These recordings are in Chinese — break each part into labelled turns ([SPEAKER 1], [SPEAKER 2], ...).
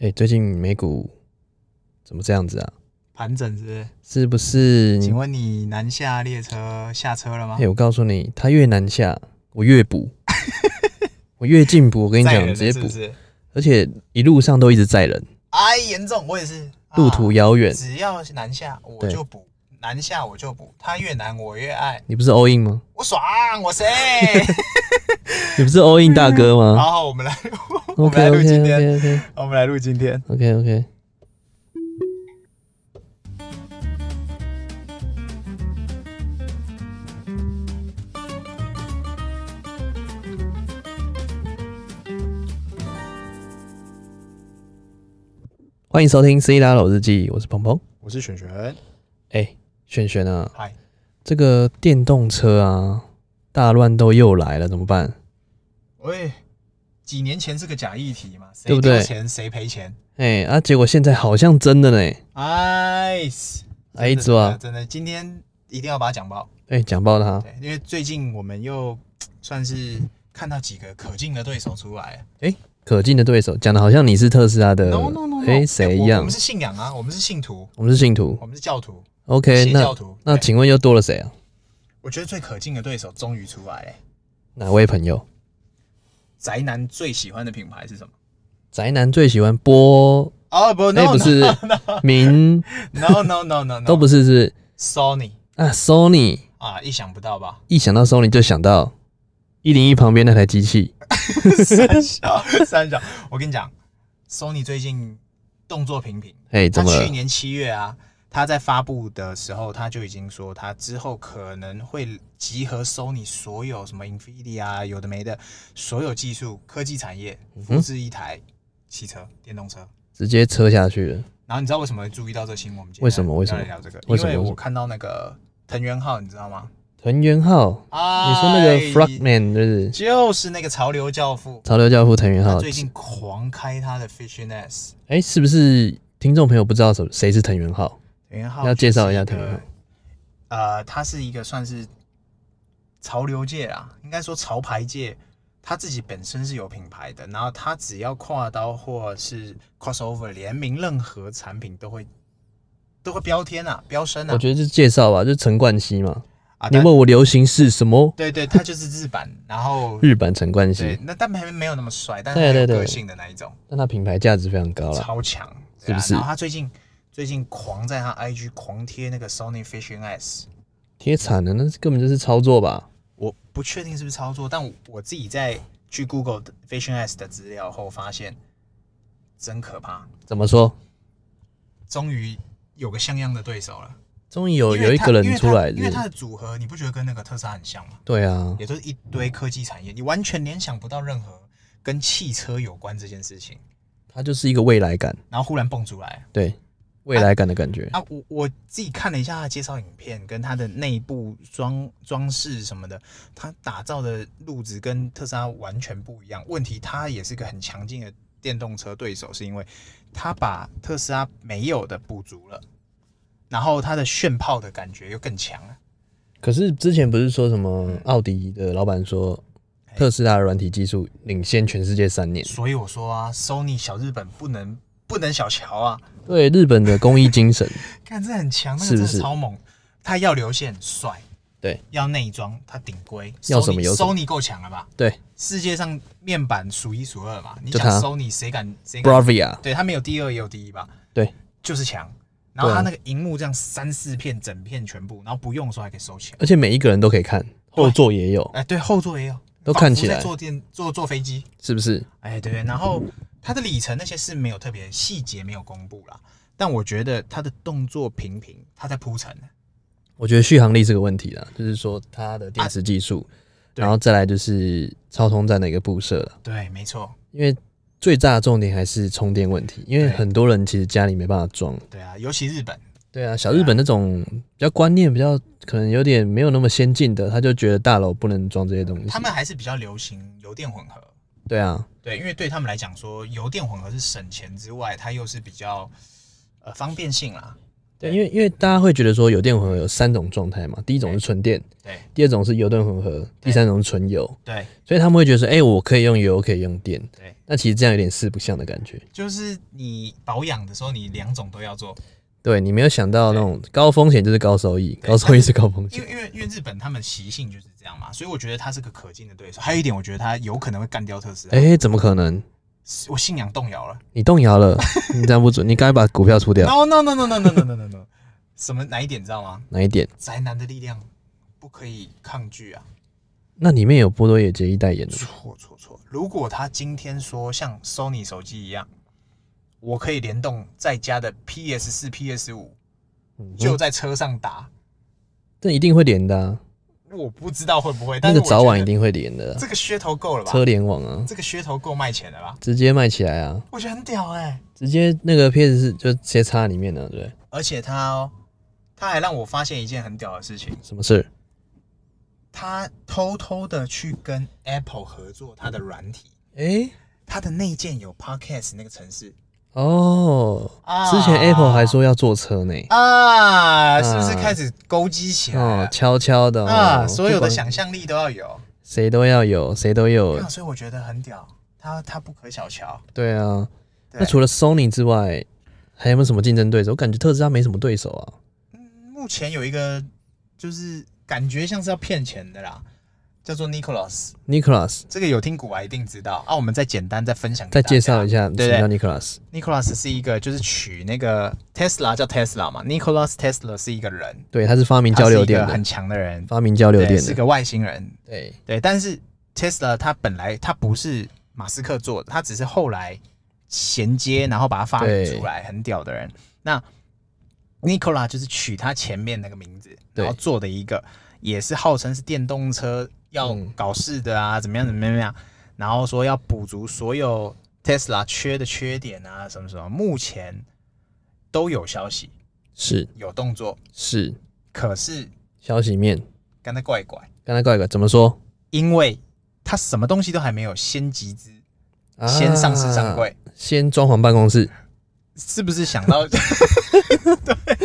[SPEAKER 1] 哎、最近美股怎么这样子啊？
[SPEAKER 2] 盘整是不是？
[SPEAKER 1] 是不是？
[SPEAKER 2] 请问你南下列车下车了吗
[SPEAKER 1] 哎、？我告诉你，它越南下，我越补， 我越进补。我跟你
[SPEAKER 2] 载
[SPEAKER 1] 讲，
[SPEAKER 2] 人的
[SPEAKER 1] 直接
[SPEAKER 2] 是
[SPEAKER 1] 补
[SPEAKER 2] 不，是？
[SPEAKER 1] 而且一路上都一直载人，
[SPEAKER 2] 哎，严重，我也是。
[SPEAKER 1] 路途
[SPEAKER 2] 啊、
[SPEAKER 1] 遥远。
[SPEAKER 2] 只要南下我
[SPEAKER 1] 对
[SPEAKER 2] 就补，南下我就补，他越南我越爱，
[SPEAKER 1] 你不是 all in 吗？
[SPEAKER 2] 我爽，我谁？
[SPEAKER 1] 你不是 all in 大哥吗
[SPEAKER 2] 嗯好好，我们来，我们
[SPEAKER 1] ？OK
[SPEAKER 2] 来
[SPEAKER 1] OK
[SPEAKER 2] 录今
[SPEAKER 1] OK
[SPEAKER 2] 天，
[SPEAKER 1] OK
[SPEAKER 2] 我们来录今天。
[SPEAKER 1] OK OK。欢迎收听《C 打佬日记》，我是鹏鹏。
[SPEAKER 2] 我是璇璇，
[SPEAKER 1] 哎、璇璇啊，
[SPEAKER 2] 嗨，
[SPEAKER 1] 这个电动车啊，大乱斗又来了，怎么办？
[SPEAKER 2] 喂，几年前是个假议题嘛，
[SPEAKER 1] 对
[SPEAKER 2] 谁
[SPEAKER 1] 不对
[SPEAKER 2] 丢钱谁赔钱。
[SPEAKER 1] 哎、啊，结果现在好像真的呢。
[SPEAKER 2] 哎，
[SPEAKER 1] 哎，
[SPEAKER 2] 真
[SPEAKER 1] 主
[SPEAKER 2] 的
[SPEAKER 1] 啊，
[SPEAKER 2] 真的，今天一定要把它讲爆。
[SPEAKER 1] 哎、讲爆他。
[SPEAKER 2] 对，因为最近我们又算是看到几个可敬的对手出来。
[SPEAKER 1] 可敬的对手，讲的好像你是特斯拉的
[SPEAKER 2] no no no，no，
[SPEAKER 1] 哎谁一
[SPEAKER 2] 我我
[SPEAKER 1] 样
[SPEAKER 2] 们？是信仰啊，我们是信徒，
[SPEAKER 1] 我们是信徒
[SPEAKER 2] 我们是教徒，
[SPEAKER 1] ，OK，
[SPEAKER 2] 邪
[SPEAKER 1] 那
[SPEAKER 2] 教徒。
[SPEAKER 1] 那
[SPEAKER 2] 对
[SPEAKER 1] 请问又多了谁啊？
[SPEAKER 2] 我觉得最可敬的对手终于出来了。
[SPEAKER 1] 哪位朋友？
[SPEAKER 2] 宅男最喜欢的品牌是什么？
[SPEAKER 1] 宅男最喜欢波，
[SPEAKER 2] 哦不
[SPEAKER 1] 哎、
[SPEAKER 2] ，no
[SPEAKER 1] 不
[SPEAKER 2] no
[SPEAKER 1] 是明，
[SPEAKER 2] no no no no，
[SPEAKER 1] 都不是是
[SPEAKER 2] Sony
[SPEAKER 1] 啊，Sony，
[SPEAKER 2] 啊，意想不 到吧？
[SPEAKER 1] 一想到 Sony 就想到一零一旁边那台机器，
[SPEAKER 2] 三小三小，我跟你讲，Sony 最近动作频频，
[SPEAKER 1] 哎、
[SPEAKER 2] 他
[SPEAKER 1] 怎么
[SPEAKER 2] 去
[SPEAKER 1] 了？
[SPEAKER 2] 年七月啊，他在发布的时候，他就已经说，他之后可能会集合 Sony 所有什么 Nvidia 啊，有的没的，所有技术科技产业，
[SPEAKER 1] 嗯
[SPEAKER 2] 复制一台汽车电动车。
[SPEAKER 1] 直接车下去了。
[SPEAKER 2] 然后你知道为什么会注意到这新闻？我们今天
[SPEAKER 1] 为什么
[SPEAKER 2] 要
[SPEAKER 1] 为什么
[SPEAKER 2] 要来聊这个？
[SPEAKER 1] 为什么
[SPEAKER 2] 因为
[SPEAKER 1] 为什
[SPEAKER 2] 我
[SPEAKER 1] 么
[SPEAKER 2] 看到那个藤原浩，你知道吗？
[SPEAKER 1] 藤原浩，
[SPEAKER 2] 啊
[SPEAKER 1] 你说那个 Frogman 就是
[SPEAKER 2] 就是那个潮流教父，
[SPEAKER 1] 潮流教父藤原
[SPEAKER 2] 他
[SPEAKER 1] 浩，
[SPEAKER 2] 最近狂开他的 Fishness。
[SPEAKER 1] 哎、是不是听众朋友不知道什谁是藤原浩？
[SPEAKER 2] 藤原浩
[SPEAKER 1] 要介绍一下
[SPEAKER 2] 就是个
[SPEAKER 1] 藤原浩
[SPEAKER 2] 呃，他是一个算是潮流界啦，应该说潮牌界，他自己本身是有品牌的，然后他只要跨刀或是 crossover 联名任何产品都会都会标天啊，飙升啊。
[SPEAKER 1] 我觉得是介绍吧，就是陈冠希嘛。
[SPEAKER 2] 啊，
[SPEAKER 1] 你
[SPEAKER 2] 但
[SPEAKER 1] 问我流行是什么？
[SPEAKER 2] 对对，他就是日版，然后
[SPEAKER 1] 日版陈冠
[SPEAKER 2] 嗯对
[SPEAKER 1] 希，，
[SPEAKER 2] 那但没没有那么帅，但是
[SPEAKER 1] 对
[SPEAKER 2] 很
[SPEAKER 1] 对
[SPEAKER 2] 有
[SPEAKER 1] 对
[SPEAKER 2] 个性的那一种。
[SPEAKER 1] 但它品牌价值非常高了。
[SPEAKER 2] 超强，
[SPEAKER 1] 是
[SPEAKER 2] 对啊
[SPEAKER 1] 不是
[SPEAKER 2] 然后他最近最近狂在他 IG 狂贴那个 Sony Vision S，
[SPEAKER 1] 贴惨了，那根本就是操作吧？
[SPEAKER 2] 我不确定是不是操作，但我我自己在去 Google 的 Vision S 的资料后发现，真可怕，
[SPEAKER 1] 怎么说？
[SPEAKER 2] 终于有个像样的对手了。
[SPEAKER 1] 终于有
[SPEAKER 2] 因为
[SPEAKER 1] 哦有一
[SPEAKER 2] 他
[SPEAKER 1] 个
[SPEAKER 2] 因
[SPEAKER 1] 人
[SPEAKER 2] 为
[SPEAKER 1] 出
[SPEAKER 2] 他
[SPEAKER 1] 来
[SPEAKER 2] 因为它
[SPEAKER 1] 是
[SPEAKER 2] 的组合，你不觉得跟那个特斯拉很像吗？
[SPEAKER 1] 对啊，
[SPEAKER 2] 也就是一堆科技产业，你完全联想不到任何跟汽车有关这件事情，
[SPEAKER 1] 它就是一个未来感，
[SPEAKER 2] 然后忽然蹦出来，
[SPEAKER 1] 对未来感的感觉。
[SPEAKER 2] 啊，我我自己看了一下他的介绍影片，跟他的内部装装饰什么的，他打造的路子跟特斯拉完全不一样。问题，它也是个很强劲的电动车对手，是因为他把特斯拉没有的补足了，然后它的炫炮的感觉又更强了。
[SPEAKER 1] 可是之前不是说什么奥迪的老板说
[SPEAKER 2] 哎
[SPEAKER 1] 特斯拉的软体技术领先全世界三年？
[SPEAKER 2] 所以我说啊，Sony 小日本不能不能小瞧啊，
[SPEAKER 1] 对日本的工艺精 神，
[SPEAKER 2] 看这很强，那
[SPEAKER 1] 是
[SPEAKER 2] 个
[SPEAKER 1] 不
[SPEAKER 2] 真
[SPEAKER 1] 是
[SPEAKER 2] 的超猛。他要流线帅，
[SPEAKER 1] 对，
[SPEAKER 2] 要内装他顶规，
[SPEAKER 1] 要什么有什么
[SPEAKER 2] Sony 够强了吧？
[SPEAKER 1] 对
[SPEAKER 2] 世界上面板数一数二嘛，你
[SPEAKER 1] 就
[SPEAKER 2] 讲
[SPEAKER 1] 它
[SPEAKER 2] Sony 谁敢谁敢？
[SPEAKER 1] ，Bravia，
[SPEAKER 2] 对他没有第二也有第一吧？
[SPEAKER 1] 对，
[SPEAKER 2] 就是强。然后
[SPEAKER 1] 对啊
[SPEAKER 2] 他那个荧幕这样三四片整片全部，然后不用的时候还可以收起来。
[SPEAKER 1] 而且每一个人都可以看，后座也有，
[SPEAKER 2] 哎，对，后座也有，
[SPEAKER 1] 都
[SPEAKER 2] 仿
[SPEAKER 1] 看
[SPEAKER 2] 佛
[SPEAKER 1] 起
[SPEAKER 2] 在
[SPEAKER 1] 来
[SPEAKER 2] 坐电坐坐飞机。
[SPEAKER 1] 是不是？
[SPEAKER 2] 哎，对，然后它的里程那些是没有特别细节没有公布啦，但我觉得它的动作频频，它在铺陈。
[SPEAKER 1] 我觉得续航力是个问题啦，就是说它的电池技术，
[SPEAKER 2] 啊对
[SPEAKER 1] 然后再来就是超充站的一个布设了。
[SPEAKER 2] 对，没错，
[SPEAKER 1] 因为最大的重点还是充电问题，因为
[SPEAKER 2] 对
[SPEAKER 1] 很多人其实家里没办法装。
[SPEAKER 2] 对啊，尤其日本，
[SPEAKER 1] 对啊，小日本那种比较观念比较可能有点没有那么先进的，他就觉得大楼不能装这些东西
[SPEAKER 2] 他。们还是比较流行油电混合。
[SPEAKER 1] 对啊，
[SPEAKER 2] 对，因为对他们来讲说，油电混合是省钱之外，它又是比较呃方便性啦。对
[SPEAKER 1] 因为因为大家会觉得说有电混合有三种状态嘛，第一种是纯电，
[SPEAKER 2] 对
[SPEAKER 1] 第二种是油电混合，第三种是纯油，
[SPEAKER 2] 对
[SPEAKER 1] 所以他们会觉得说，哎、我可以用油，可以用电，
[SPEAKER 2] 对，
[SPEAKER 1] 那其实这样有点四不像的感觉。
[SPEAKER 2] 就是你保养的时候，你两种都要做，
[SPEAKER 1] 对你没有想到那种高风险就是高收益，高收益是高风
[SPEAKER 2] 因为
[SPEAKER 1] 险。
[SPEAKER 2] 因为因为日本他们习性就是这样嘛，所以我觉得他是个可敬的对手。还有一点，我觉得他有可能会干掉特斯拉，
[SPEAKER 1] 哎、怎么可能？
[SPEAKER 2] 我信仰动摇了。
[SPEAKER 1] 你动摇 了，你这样不准，你赶快把股票出掉。
[SPEAKER 2] No no no no no no no no no no，什 么哪一点你知道吗？
[SPEAKER 1] 哪一点？
[SPEAKER 2] 宅男的力量不可以抗拒啊！
[SPEAKER 1] 那里面有波多野结衣代言的吗，
[SPEAKER 2] 错错错！如果他今天说像 Sony 手机一样，我可以联动在家的 PS 四、PS 五，
[SPEAKER 1] 嗯
[SPEAKER 2] 就在车上打，
[SPEAKER 1] 这一定会连的、啊，
[SPEAKER 2] 我不知道会不会，
[SPEAKER 1] 那
[SPEAKER 2] 但是
[SPEAKER 1] 个
[SPEAKER 2] 我
[SPEAKER 1] 早晚一
[SPEAKER 2] 觉得
[SPEAKER 1] 定会连的啊、
[SPEAKER 2] 这个噱头够了吧？
[SPEAKER 1] 车联网啊，
[SPEAKER 2] 这个噱头够卖钱了吧？
[SPEAKER 1] 直接卖起来啊，
[SPEAKER 2] 我觉得很屌哎、
[SPEAKER 1] 直接那个 PS 是就直接插里面啊了、对不对？
[SPEAKER 2] 而且他哦，他还让我发现一件很屌的事情，
[SPEAKER 1] 什么事？
[SPEAKER 2] 他偷偷的去跟 Apple 合作他的软体，
[SPEAKER 1] 哎、
[SPEAKER 2] 他的内建有 Podcast 那个城市
[SPEAKER 1] 哦，
[SPEAKER 2] 啊
[SPEAKER 1] 之前 Apple 还说要坐车呢，
[SPEAKER 2] 啊，是不是开始勾机起来
[SPEAKER 1] 哦
[SPEAKER 2] 了，？
[SPEAKER 1] 悄悄的、哦、
[SPEAKER 2] 啊，所
[SPEAKER 1] 不
[SPEAKER 2] 有的
[SPEAKER 1] 管
[SPEAKER 2] 想象力都要有，
[SPEAKER 1] 谁都要有，谁都有
[SPEAKER 2] 啊，所以我觉得很屌，他他不可小瞧。
[SPEAKER 1] 对啊，
[SPEAKER 2] 对
[SPEAKER 1] 那除了 Sony 之外，还有没有什么竞争对手？我感觉特斯拉没什么对手啊。
[SPEAKER 2] 目前有一个就是感觉像是要骗钱的啦，叫做 Nicholas，
[SPEAKER 1] Nicholas，
[SPEAKER 2] 这个有听古玩一定知道啊。我们再简单再分享给
[SPEAKER 1] 再
[SPEAKER 2] 大家，
[SPEAKER 1] 介绍一下什
[SPEAKER 2] 啊对
[SPEAKER 1] 么叫 Nicholas。
[SPEAKER 2] Nicholas 是一个，就是取那个 Tesla 叫 Tesla 嘛，Nicholas Tesla 是一个人，
[SPEAKER 1] 对，他是发明
[SPEAKER 2] 他
[SPEAKER 1] 交
[SPEAKER 2] 是
[SPEAKER 1] 流
[SPEAKER 2] 一个
[SPEAKER 1] 电
[SPEAKER 2] 很
[SPEAKER 1] 的，
[SPEAKER 2] 强的人，
[SPEAKER 1] 发明交流
[SPEAKER 2] 对，
[SPEAKER 1] 电
[SPEAKER 2] 是
[SPEAKER 1] 的。
[SPEAKER 2] 个外星人，
[SPEAKER 1] 对，
[SPEAKER 2] 对。但是 Tesla 他本来他不是马斯克做的，他只是后来衔接，然后把它发明
[SPEAKER 1] 对
[SPEAKER 2] 出来，很屌的人。那 Nicola 就是取他前面那个名字，
[SPEAKER 1] 对
[SPEAKER 2] 然后做的一个，也是号称是电动车要
[SPEAKER 1] 嗯
[SPEAKER 2] 搞事的啊，怎么样怎么样怎么样，然后说要补足所有 Tesla 缺的缺点啊，什么什么，目前都有消息
[SPEAKER 1] 是
[SPEAKER 2] 有动作，
[SPEAKER 1] 是，
[SPEAKER 2] 可是
[SPEAKER 1] 消息面，
[SPEAKER 2] 刚才怪怪，
[SPEAKER 1] 刚才怪怪，怎么说？
[SPEAKER 2] 因为他什么东西都还没有先集资，先上市上柜，啊
[SPEAKER 1] 啊，先装潢办公室，
[SPEAKER 2] 是不是想到？ 对，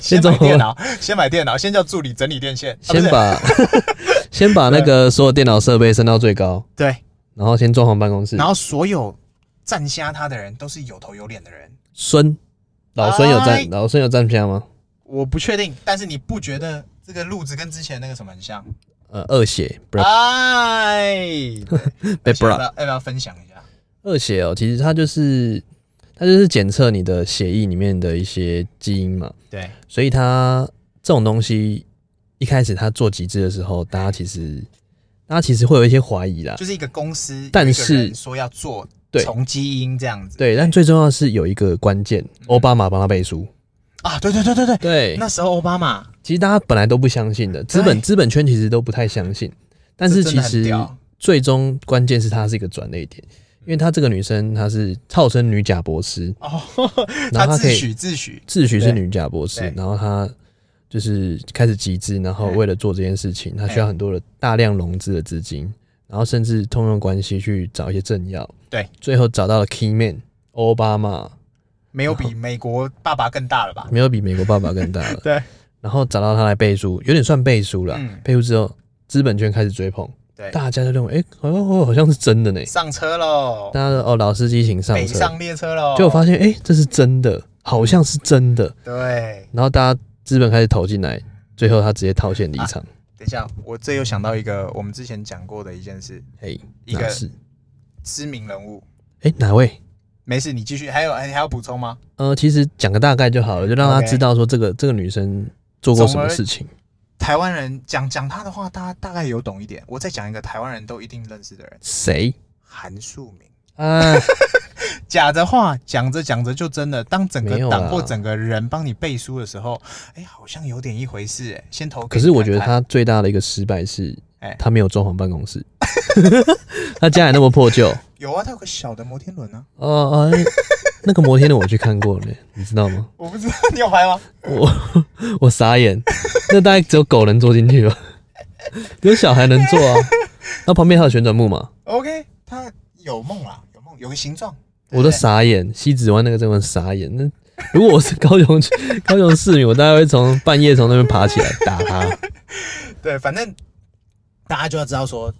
[SPEAKER 1] 先
[SPEAKER 2] 先
[SPEAKER 1] 走
[SPEAKER 2] 买电脑，先买电脑，先叫助理整理电线，啊、不
[SPEAKER 1] 先
[SPEAKER 2] 是
[SPEAKER 1] 把先把那个所有电脑设备升到最高，
[SPEAKER 2] 对，
[SPEAKER 1] 然后先装潢办公室
[SPEAKER 2] 然。后所有站瞎他的人都是有头有脸的人。
[SPEAKER 1] 孙，老孙有
[SPEAKER 2] 哎
[SPEAKER 1] 站，老孙有站票吗？
[SPEAKER 2] 我不确定，但是你不觉得这个路子跟之前那个什么很像？
[SPEAKER 1] 呃，二血不是
[SPEAKER 2] 啊哎，
[SPEAKER 1] 被
[SPEAKER 2] 想到
[SPEAKER 1] bra
[SPEAKER 2] 要不要分享一下？
[SPEAKER 1] 二血哦，其实它就是它就是检测你的血液里面的一些基因嘛，
[SPEAKER 2] 对，
[SPEAKER 1] 所以它这种东西一开始它做极致的时候，大家其实大家其实会有一些怀疑啦，
[SPEAKER 2] 就是一个公司，
[SPEAKER 1] 但
[SPEAKER 2] 有一个人
[SPEAKER 1] 是
[SPEAKER 2] 说要做
[SPEAKER 1] 对
[SPEAKER 2] 从基因这样子，
[SPEAKER 1] 对，但最重要的是有一个关键，奥巴马帮他背书。
[SPEAKER 2] 啊，对对对嗯对对，
[SPEAKER 1] 对，
[SPEAKER 2] 那时候奥巴马
[SPEAKER 1] 其实大家本来都不相信的，资本
[SPEAKER 2] 对
[SPEAKER 1] 资本圈其实都不太相信，但
[SPEAKER 2] 这
[SPEAKER 1] 是
[SPEAKER 2] 真
[SPEAKER 1] 其
[SPEAKER 2] 的很
[SPEAKER 1] 实
[SPEAKER 2] 屌
[SPEAKER 1] 最终关键是她是一个转捩点，因为她这个女生她是号称女假博士，
[SPEAKER 2] 哦，
[SPEAKER 1] 然后他
[SPEAKER 2] 他
[SPEAKER 1] 可
[SPEAKER 2] 自
[SPEAKER 1] 以
[SPEAKER 2] 诩自诩，
[SPEAKER 1] 自诩是
[SPEAKER 2] 对
[SPEAKER 1] 女假博士
[SPEAKER 2] 对，
[SPEAKER 1] 然后她就是开始集资，然后
[SPEAKER 2] 对
[SPEAKER 1] 为了做这件事情，她需要很多的大量融资的资金，然后甚至通用关系去找一些政要，
[SPEAKER 2] 对，
[SPEAKER 1] 最后找到了 key man 奥巴马，
[SPEAKER 2] 没有比美国爸爸更大了吧？，
[SPEAKER 1] 没有比美国爸爸更大了
[SPEAKER 2] 对
[SPEAKER 1] 然后找到他来背书，有点算背书了，
[SPEAKER 2] 嗯
[SPEAKER 1] 背书之后。资本圈开始追捧，
[SPEAKER 2] 对，
[SPEAKER 1] 大家都认为，哎、好像好像是真的呢。
[SPEAKER 2] 上车喽，
[SPEAKER 1] 大家说哦，老司机请上
[SPEAKER 2] 北
[SPEAKER 1] 车，
[SPEAKER 2] 上列车喽，
[SPEAKER 1] 结果发现，哎、这是真的，好像是真的。
[SPEAKER 2] 对，
[SPEAKER 1] 然后大家资本开始投进来，最后他直接套现离场。
[SPEAKER 2] 等一下，我这又想到一个我们之前讲过的一件事，
[SPEAKER 1] 嘿，
[SPEAKER 2] 一个
[SPEAKER 1] 哪是？
[SPEAKER 2] 知名人物。
[SPEAKER 1] 哎、哪位？
[SPEAKER 2] 没事，你继续。还有，还还要补充吗？
[SPEAKER 1] 呃，其实讲个大概就好了，就让他
[SPEAKER 2] OK
[SPEAKER 1] 知道说这个这个女生做过什么事 情。
[SPEAKER 2] 台湾人讲讲他的话，大家大概有懂一点。我再讲一个台湾人都一定认识的人，
[SPEAKER 1] 谁？
[SPEAKER 2] 韩树明。
[SPEAKER 1] 啊，
[SPEAKER 2] 假的话讲着讲着就真的，当整
[SPEAKER 1] 没
[SPEAKER 2] 个
[SPEAKER 1] 有啦
[SPEAKER 2] 党或整个人帮你背书的时候，哎、好像有点一回事、哎，先投给
[SPEAKER 1] 可
[SPEAKER 2] 你看看。
[SPEAKER 1] 是我觉得他最大的一个失败是
[SPEAKER 2] 哎，
[SPEAKER 1] 他没有装潢办公室， 他家里那么破旧。
[SPEAKER 2] 有啊，他有个小的摩天轮啊。
[SPEAKER 1] 哦哦，哎那个摩天轮我去看过了，你知道吗？
[SPEAKER 2] 我不知道 你有拍吗？
[SPEAKER 1] 我 我傻眼，那大概只有狗能坐进去吧， 只有小孩能坐啊。那旁边还有旋转木马，
[SPEAKER 2] OK，他有梦啦，有梦，有个形状。对
[SPEAKER 1] 我都
[SPEAKER 2] 不对
[SPEAKER 1] 傻眼。西子湾那个真的很傻眼，那如果我是高雄 高雄市民，我大概会从半夜从那边爬起来打 他。
[SPEAKER 2] 对，反正大家就要知道说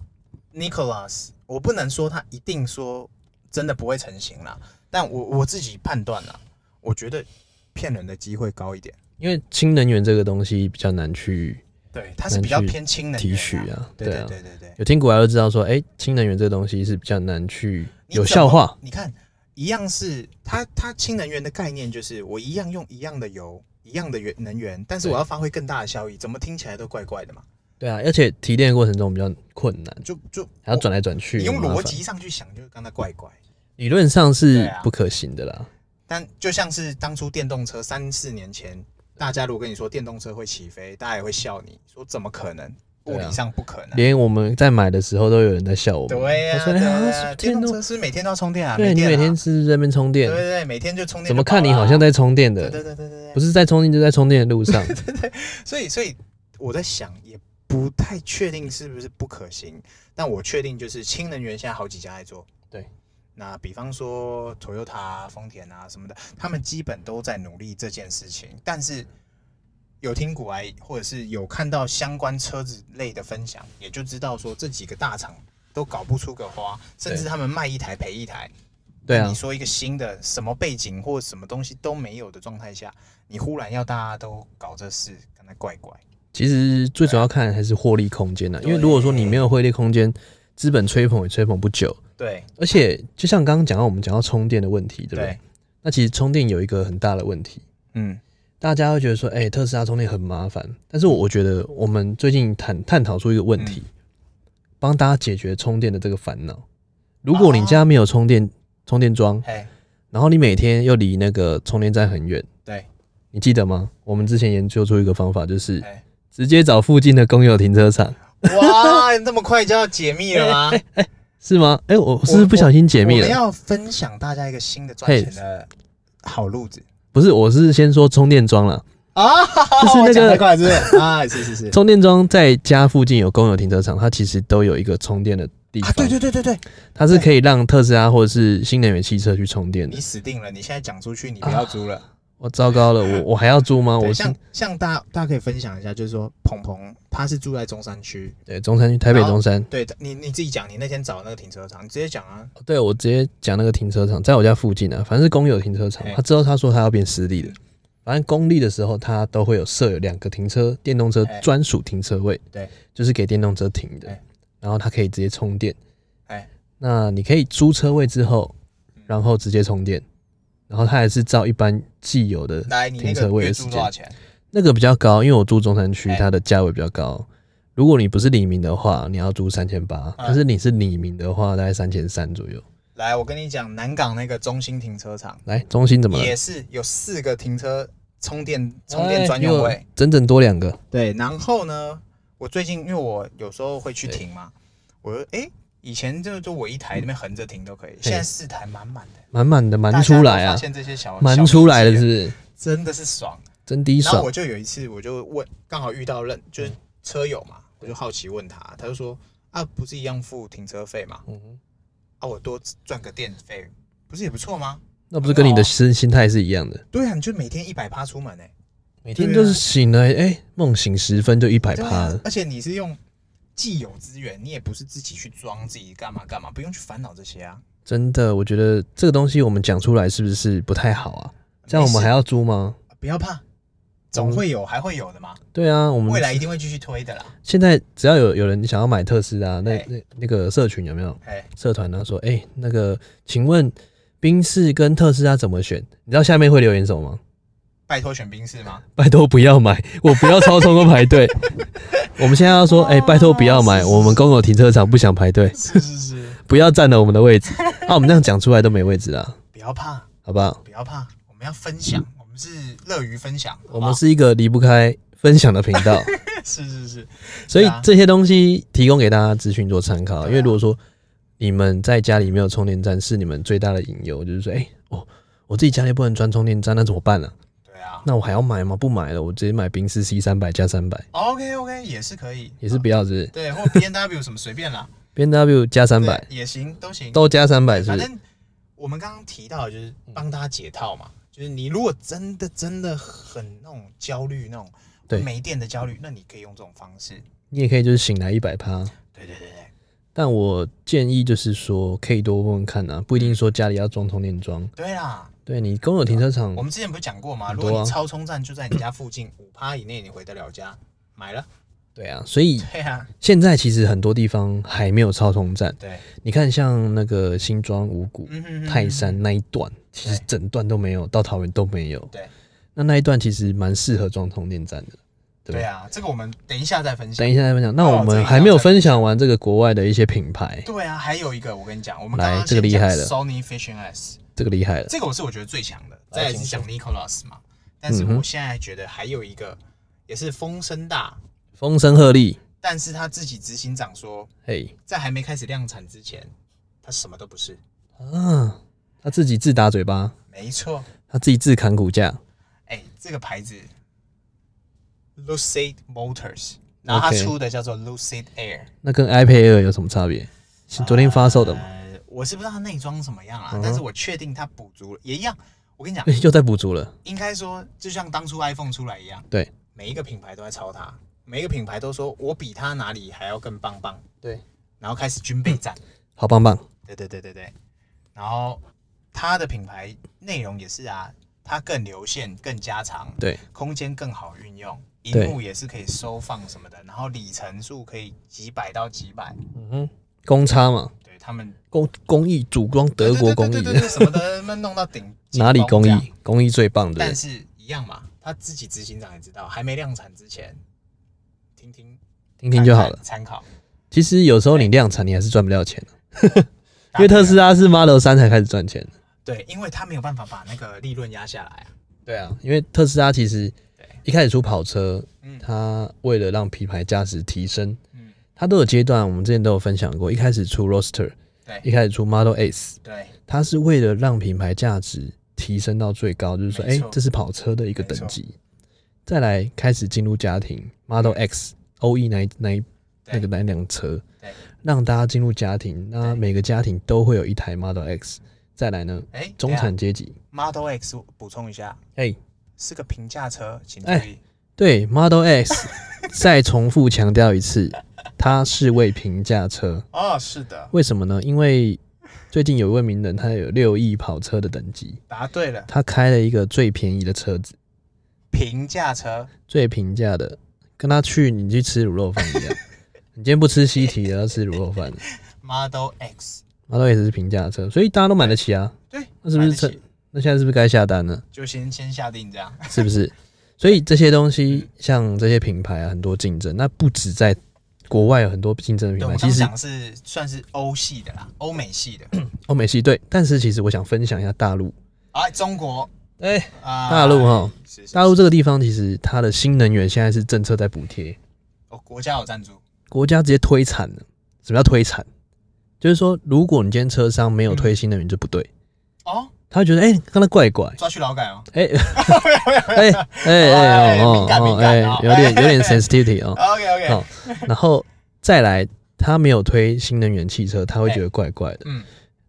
[SPEAKER 2] ，Nicholas，我不能说他一定说真的不会成型啦，但我我自己判断啦，我觉得骗人的机会高一点。
[SPEAKER 1] 因为氢能源这个东西比较难去
[SPEAKER 2] 对，它是比较偏轻能源
[SPEAKER 1] 提
[SPEAKER 2] 啦
[SPEAKER 1] 取啊，
[SPEAKER 2] 对
[SPEAKER 1] 啊，
[SPEAKER 2] 对对对对，
[SPEAKER 1] 有听古来就知道说，哎、氢能源这个东西是比较难去
[SPEAKER 2] 你
[SPEAKER 1] 有
[SPEAKER 2] 怎
[SPEAKER 1] 效
[SPEAKER 2] 么
[SPEAKER 1] 化。
[SPEAKER 2] 你看，一样是它它氢能源的概念就是我一样用一样的油。一样的源能源，但是
[SPEAKER 1] 对
[SPEAKER 2] 我要发挥更大的效益，怎么听起来都怪怪的嘛？
[SPEAKER 1] 对啊，而且提炼的过程中比较困难，
[SPEAKER 2] 就就
[SPEAKER 1] 还要转来转去，
[SPEAKER 2] 你用
[SPEAKER 1] 很麻
[SPEAKER 2] 逻
[SPEAKER 1] 烦
[SPEAKER 2] 辑上去想，就是刚才怪怪。
[SPEAKER 1] 理论上
[SPEAKER 2] 对
[SPEAKER 1] 是
[SPEAKER 2] 啊
[SPEAKER 1] 不可行的啦。
[SPEAKER 2] 但就像是当初电动车三四年前，大家如果跟你说电动车会起飞，大家也会笑你说怎么可能？
[SPEAKER 1] 对
[SPEAKER 2] 物
[SPEAKER 1] 啊
[SPEAKER 2] 理上不可能。
[SPEAKER 1] 连我们在买的时候都有人在笑我们，
[SPEAKER 2] 对呀、
[SPEAKER 1] 我说
[SPEAKER 2] 对
[SPEAKER 1] 哎
[SPEAKER 2] 呀、
[SPEAKER 1] 呀，天
[SPEAKER 2] 电动
[SPEAKER 1] 都
[SPEAKER 2] 车是每天都要充电啊，
[SPEAKER 1] 对
[SPEAKER 2] 没
[SPEAKER 1] 你
[SPEAKER 2] 电、啊、
[SPEAKER 1] 每天是在那边充
[SPEAKER 2] 对
[SPEAKER 1] 电，
[SPEAKER 2] 对对，每天就充电就饱啦。
[SPEAKER 1] 怎么看你好像在充电
[SPEAKER 2] 啊对对
[SPEAKER 1] 的？
[SPEAKER 2] 对对对对，
[SPEAKER 1] 不是在充电，就在充电的路上。
[SPEAKER 2] 所以所以我在想，也不太确定是不是不可行，但我确定就是氢能源现在好几家在做。
[SPEAKER 1] 对，
[SPEAKER 2] 那比方说 Toyota 啊、丰田啊什么的，他们基本都在努力这件事情。但是有听古来或者是有看到相关车子类的分享，也就知道说这几个大厂都搞不出个花，甚至
[SPEAKER 1] 对
[SPEAKER 2] 他们卖一台赔一台。
[SPEAKER 1] 对啊
[SPEAKER 2] 你，说一个新的什么背景或什么东西都没有的状态下，你忽然要大家都搞这事，跟他怪怪。
[SPEAKER 1] 其实最主要看还是获利空间呢，啊因为
[SPEAKER 2] 对
[SPEAKER 1] 如果说你没有获利空间，资本吹捧也吹捧不久。
[SPEAKER 2] 对
[SPEAKER 1] 而且就像刚刚讲到，我们讲到充电的问题，对不对
[SPEAKER 2] 对？，
[SPEAKER 1] 那其实充电有一个很大的问题，
[SPEAKER 2] 嗯，
[SPEAKER 1] 大家会觉得说，哎、特斯拉充电很麻烦。但是我我觉得我们最近探探讨出一个问题，帮、大家解决充电的这个烦恼。如果你家没有充电、充电桩，
[SPEAKER 2] 嘿，
[SPEAKER 1] 然后你每天又离那个充电站很远，
[SPEAKER 2] 对，
[SPEAKER 1] 你记得吗？我们之前研究出一个方法，就是
[SPEAKER 2] 哎，
[SPEAKER 1] 直接找附近的公有停车场，
[SPEAKER 2] 哇，你这么快就要解密了吗？
[SPEAKER 1] 是吗？哎、我我是不是不小 心解密
[SPEAKER 2] 我们
[SPEAKER 1] 了？
[SPEAKER 2] 要分享大家一个新的赚钱的好路子
[SPEAKER 1] 不是，我是先说充电桩啦。
[SPEAKER 2] 啊！
[SPEAKER 1] 就是那个
[SPEAKER 2] 我讲太快了，是不 是？啊，是是是
[SPEAKER 1] 充电桩在家附近有公有停车场，它其实都有一个充电的地
[SPEAKER 2] 啊
[SPEAKER 1] 方，，
[SPEAKER 2] 对对对对对，
[SPEAKER 1] 它是可以让特斯拉或者是新能源汽车去充电的
[SPEAKER 2] 你。死定了！你现在讲出去，你不要租了。
[SPEAKER 1] 我糟糕了，我我还要租吗？
[SPEAKER 2] 对，
[SPEAKER 1] 啊我是
[SPEAKER 2] 像像大大家可以分享一下，就是说鹏鹏他是住在中山区，
[SPEAKER 1] 对中山区台北
[SPEAKER 2] 然后
[SPEAKER 1] 中山，
[SPEAKER 2] 对你你自己讲，你那天找那个停车场，你直接讲啊，
[SPEAKER 1] 对我直接讲那个停车场，在我家附近啊，反正是公有停车场
[SPEAKER 2] 哎。
[SPEAKER 1] 他之后他说他要变私立的，反正公立的时候他都会有设有两个停车电动车
[SPEAKER 2] 哎
[SPEAKER 1] 专属停车位，
[SPEAKER 2] 对，
[SPEAKER 1] 就是给电动车停的
[SPEAKER 2] 哎，
[SPEAKER 1] 然后它可以直接充电。
[SPEAKER 2] 哎，
[SPEAKER 1] 那你可以租车位之后，
[SPEAKER 2] 嗯
[SPEAKER 1] 然后直接充电，然后它还是照一般既有的
[SPEAKER 2] 来你那
[SPEAKER 1] 停车
[SPEAKER 2] 个
[SPEAKER 1] 位
[SPEAKER 2] 月
[SPEAKER 1] 的
[SPEAKER 2] 租
[SPEAKER 1] 时
[SPEAKER 2] 多少
[SPEAKER 1] 间，
[SPEAKER 2] 钱？
[SPEAKER 1] 那个比较高，因为我住中山区
[SPEAKER 2] 哎，
[SPEAKER 1] 它的价位比较高。如果你不是李明的话，你要租三千八；
[SPEAKER 2] 嗯
[SPEAKER 1] 但是你是李明的话，大概三千三左右。
[SPEAKER 2] 来，我跟你讲，南港那个中心停车场
[SPEAKER 1] 来，中心怎么了
[SPEAKER 2] 也？是有四个停车充电充电专用
[SPEAKER 1] 哎
[SPEAKER 2] 位。，
[SPEAKER 1] 整整多两个。
[SPEAKER 2] 对，然后呢，我最近因为我有时候会去停嘛，我就哎、以前就就我一台那边横着停都可以，现在四台满满的，
[SPEAKER 1] 满满的
[SPEAKER 2] 大
[SPEAKER 1] 瞒
[SPEAKER 2] 家都
[SPEAKER 1] 出来啊
[SPEAKER 2] 发，现这些小
[SPEAKER 1] 瞒出来了是
[SPEAKER 2] 是
[SPEAKER 1] 不是？
[SPEAKER 2] 真的是爽。
[SPEAKER 1] 真滴
[SPEAKER 2] 然后
[SPEAKER 1] 爽嗯
[SPEAKER 2] 我，就有一次，我就问，刚好遇到认就是车友嘛，我就好奇问他，他就说啊，不是一样付停车费嘛，
[SPEAKER 1] 嗯哼
[SPEAKER 2] 啊，我多赚个电费，不是也不错吗？
[SPEAKER 1] 那不是跟你的心心态是一样的？
[SPEAKER 2] 对啊，你就每天一百趴出门哎、
[SPEAKER 1] 每天就是醒来，哎，梦醒十分就一百
[SPEAKER 2] 对
[SPEAKER 1] 趴
[SPEAKER 2] 啊
[SPEAKER 1] 了，。
[SPEAKER 2] 而且你是用既有资源，你也不是自己去装自己干嘛干嘛，不用去烦恼这些啊。
[SPEAKER 1] 真的，我觉得这个东西我们讲出来是不是不太好啊？这样我们还要租吗？
[SPEAKER 2] 不要怕，总会有，还会有的嘛，
[SPEAKER 1] 对啊，我们
[SPEAKER 2] 未来一定会继续推的啦。
[SPEAKER 1] 现在只要有有人想要买特斯拉，那
[SPEAKER 2] 哎
[SPEAKER 1] 那那个社群有没有
[SPEAKER 2] 哎，
[SPEAKER 1] 社团呢？说，哎、那个，请问宾士跟特斯拉怎么选？你知道下面会留言什么吗？
[SPEAKER 2] 拜托选兵士吗？
[SPEAKER 1] 拜托不要买，我不要超充和排队。我们现在要说，哎、拜托不要买，我们公有停车场不想排队，
[SPEAKER 2] 哦是是是，
[SPEAKER 1] 不要占了我们的位置。啊，我们这样讲出来都没位置啦，
[SPEAKER 2] 不要怕，
[SPEAKER 1] 好不好？
[SPEAKER 2] 不要怕，我们要分享，我们是乐于分享，好
[SPEAKER 1] 我
[SPEAKER 2] 不好
[SPEAKER 1] 们是一个离不开分享的频道，
[SPEAKER 2] 是是是，
[SPEAKER 1] 所以
[SPEAKER 2] 对啊
[SPEAKER 1] 这些东西提供给大家资讯做参考。
[SPEAKER 2] 对啊
[SPEAKER 1] 因为如果说你们在家里没有充电站，是你们最大的隐忧，就是说，哎、哦，我自己家里不能装充电站，那怎么办呢、
[SPEAKER 2] 对啊。
[SPEAKER 1] 那我还要买吗？不买了，我直接买宾士 C 三百加三百，
[SPEAKER 2] OK OK，也是可以，
[SPEAKER 1] 也是不要是不是
[SPEAKER 2] 对，或 B N W 什么随便啦，
[SPEAKER 1] B N W 加三百
[SPEAKER 2] 对，也行，都行。
[SPEAKER 1] 都加三百是不嗯
[SPEAKER 2] 反
[SPEAKER 1] 是？
[SPEAKER 2] 正我们刚刚提到的就是帮大家解套嘛，就是你如果真的真的很那种焦虑，那种
[SPEAKER 1] 对
[SPEAKER 2] 没电的焦虑，那你可以用这种方式。
[SPEAKER 1] 你也可以就是醒来一百趴。
[SPEAKER 2] 对对对对，
[SPEAKER 1] 但我建议就是说，可以多问问看啊，不一定说家里要装充电桩。
[SPEAKER 2] 对啦，
[SPEAKER 1] 对啊你公有停车场
[SPEAKER 2] 啊我，们之前不是讲过吗？
[SPEAKER 1] 嗯很
[SPEAKER 2] 如
[SPEAKER 1] 多啊
[SPEAKER 2] 果你超充站就在你家附近，五趴以内你回得了家，买了。
[SPEAKER 1] 对啊，所以
[SPEAKER 2] 对啊，
[SPEAKER 1] 现在其实很多地方还没有超充站。
[SPEAKER 2] 对，
[SPEAKER 1] 你看，像那个新庄、五股、
[SPEAKER 2] 嗯哼
[SPEAKER 1] 泰，山那一段，其实
[SPEAKER 2] 对
[SPEAKER 1] 整段都没有，到桃园都没有。
[SPEAKER 2] 对
[SPEAKER 1] 那那一段其实蛮适合装充电站的。对吧
[SPEAKER 2] 对啊，这个我们等一下再分享
[SPEAKER 1] 等。一下再分享。那
[SPEAKER 2] 哦
[SPEAKER 1] 我
[SPEAKER 2] 这
[SPEAKER 1] 们
[SPEAKER 2] 个
[SPEAKER 1] 还
[SPEAKER 2] 要
[SPEAKER 1] 没有
[SPEAKER 2] 再
[SPEAKER 1] 分享完这个国外的一些品牌，
[SPEAKER 2] 对啊，还有一个我跟你讲，我们
[SPEAKER 1] 来
[SPEAKER 2] 刚刚
[SPEAKER 1] 这个厉害了
[SPEAKER 2] s o n y Vision S，
[SPEAKER 1] 这个厉害了。
[SPEAKER 2] 这个我是我觉得最强的，
[SPEAKER 1] 来
[SPEAKER 2] 再来
[SPEAKER 1] 请
[SPEAKER 2] 是
[SPEAKER 1] 说
[SPEAKER 2] 讲 Nicolas 嘛，但是
[SPEAKER 1] 嗯哼
[SPEAKER 2] 我现在觉得还有一个也是风声大，
[SPEAKER 1] 风声鹤唳，
[SPEAKER 2] 但是他自己执行长说，
[SPEAKER 1] 嘿
[SPEAKER 2] 在还没开始量产之前，他什么都不是。
[SPEAKER 1] 啊，他自己自打嘴巴，
[SPEAKER 2] 没错，
[SPEAKER 1] 他自己自砍骨架。
[SPEAKER 2] 哎、这个牌子 Lucid Motors，然后他
[SPEAKER 1] OK
[SPEAKER 2] 出的叫做 Lucid Air。
[SPEAKER 1] 那跟 iPad Air 有什么差别？是昨天发售的嘛，
[SPEAKER 2] 呃，我是不知道它内装怎么样啊，
[SPEAKER 1] 嗯哼
[SPEAKER 2] 但是我确定它补足了，也一样。我跟你讲，
[SPEAKER 1] 又在补足了。
[SPEAKER 2] 应该说就像当初 iPhone 出来一样，
[SPEAKER 1] 对
[SPEAKER 2] 每一个品牌都在抄它，每一个品牌都说我比它哪里还要更棒棒，
[SPEAKER 1] 对，
[SPEAKER 2] 然后开始军备战。
[SPEAKER 1] 好棒棒。
[SPEAKER 2] 对对对对对，然后它的品牌内容也是啊，它更流线、更加长，
[SPEAKER 1] 对，
[SPEAKER 2] 空间更好运用，荧
[SPEAKER 1] 对
[SPEAKER 2] 幕也是可以收放什么的，然后里程数可以几百到几百，
[SPEAKER 1] 嗯哼，公差嘛，
[SPEAKER 2] 对他们
[SPEAKER 1] 工工艺主攻德国工
[SPEAKER 2] 对
[SPEAKER 1] 艺
[SPEAKER 2] 对，对对对什么的，他们弄到顶
[SPEAKER 1] 哪里工？
[SPEAKER 2] 紧绷这
[SPEAKER 1] 艺
[SPEAKER 2] 样？
[SPEAKER 1] 工艺最棒的
[SPEAKER 2] 但。是一样嘛，他自己执行长也知道，还没量产之前，听听
[SPEAKER 1] 听听就好了
[SPEAKER 2] 看看。参考。
[SPEAKER 1] 其实有时候你量产，你还是赚不了钱的，因为特斯拉是 Model 三才开始赚钱的。
[SPEAKER 2] 对，因为他没有办法把那个利润压下来啊。
[SPEAKER 1] 对啊，因为特斯拉其实
[SPEAKER 2] 对
[SPEAKER 1] 一开始出跑车，
[SPEAKER 2] 嗯
[SPEAKER 1] 它为了让品牌价值提升，
[SPEAKER 2] 嗯，
[SPEAKER 1] 它都有阶段，我们之前都有分享过。一开始出 Roadster，一
[SPEAKER 2] 对
[SPEAKER 1] 开始出 Model S，
[SPEAKER 2] 对
[SPEAKER 1] 它是为了让品牌价值提升到最高，就是说，哎、
[SPEAKER 2] 没错
[SPEAKER 1] 这是跑车的一个
[SPEAKER 2] 没错嗯
[SPEAKER 1] 等级。再来开始进入家庭 Model X、OE 那一那一那个
[SPEAKER 2] 对
[SPEAKER 1] 那辆车
[SPEAKER 2] 对，
[SPEAKER 1] 让大家进入家庭，那
[SPEAKER 2] 对
[SPEAKER 1] 每个家庭都会有一台 Model X。再来呢，
[SPEAKER 2] 哎，
[SPEAKER 1] 中
[SPEAKER 2] 等一下
[SPEAKER 1] 产阶级，
[SPEAKER 2] Model X 补充一下，
[SPEAKER 1] 哎、
[SPEAKER 2] 是个平价车，请注
[SPEAKER 1] 哎
[SPEAKER 2] 意。
[SPEAKER 1] 对 Model X，再重复强调一次，它是为平价车。
[SPEAKER 2] 哦，是的，
[SPEAKER 1] 为什么呢？因为最近有一位名人，他有六亿跑车的等级，
[SPEAKER 2] 答对了，
[SPEAKER 1] 他开了一个最便宜的车子，
[SPEAKER 2] 平价车。
[SPEAKER 1] 最平价的，跟他去你去吃卤肉饭一样。 你今天不吃西提也要吃卤肉饭。
[SPEAKER 2] Model X，
[SPEAKER 1] Model S 是平价车，所以大家都买得起啊。
[SPEAKER 2] 对，
[SPEAKER 1] 那是不是
[SPEAKER 2] 买得
[SPEAKER 1] 车
[SPEAKER 2] 起？
[SPEAKER 1] 那现在是不是该下单了？
[SPEAKER 2] 就先先下定这样？
[SPEAKER 1] 是不是？所以这些东西，像这些品牌啊，很多竞争。那不止在国外有很多竞争的
[SPEAKER 2] 对，
[SPEAKER 1] 品
[SPEAKER 2] 我
[SPEAKER 1] 牌，
[SPEAKER 2] 们
[SPEAKER 1] 其实
[SPEAKER 2] 刚讲是算是欧系的啦，欧美系的。
[SPEAKER 1] 欧美系对，但是其实我想分享一下大陆。
[SPEAKER 2] 哎，中国
[SPEAKER 1] 哎、
[SPEAKER 2] 啊，
[SPEAKER 1] 大陆哈
[SPEAKER 2] 是，是
[SPEAKER 1] 大陆这个地方其实它的新能源现在是政策在补贴，
[SPEAKER 2] 哦，国家有赞助，
[SPEAKER 1] 国家直接推产了。什么叫推产？就是说，如果你今天车商没
[SPEAKER 2] 嗯
[SPEAKER 1] 有推新能源就不对，
[SPEAKER 2] 哦，
[SPEAKER 1] 他会觉得哎，刚、才怪怪，
[SPEAKER 2] 抓去劳改哦。
[SPEAKER 1] 哎 哎哎哎
[SPEAKER 2] 哎
[SPEAKER 1] 哦
[SPEAKER 2] 敏感
[SPEAKER 1] 哦
[SPEAKER 2] 敏
[SPEAKER 1] 哎
[SPEAKER 2] 感哦，
[SPEAKER 1] 有点有点 sensitivity 哦。
[SPEAKER 2] OK OK，、
[SPEAKER 1] 好然后再来，他没有推新能源汽车，他会觉得怪怪的。
[SPEAKER 2] 嗯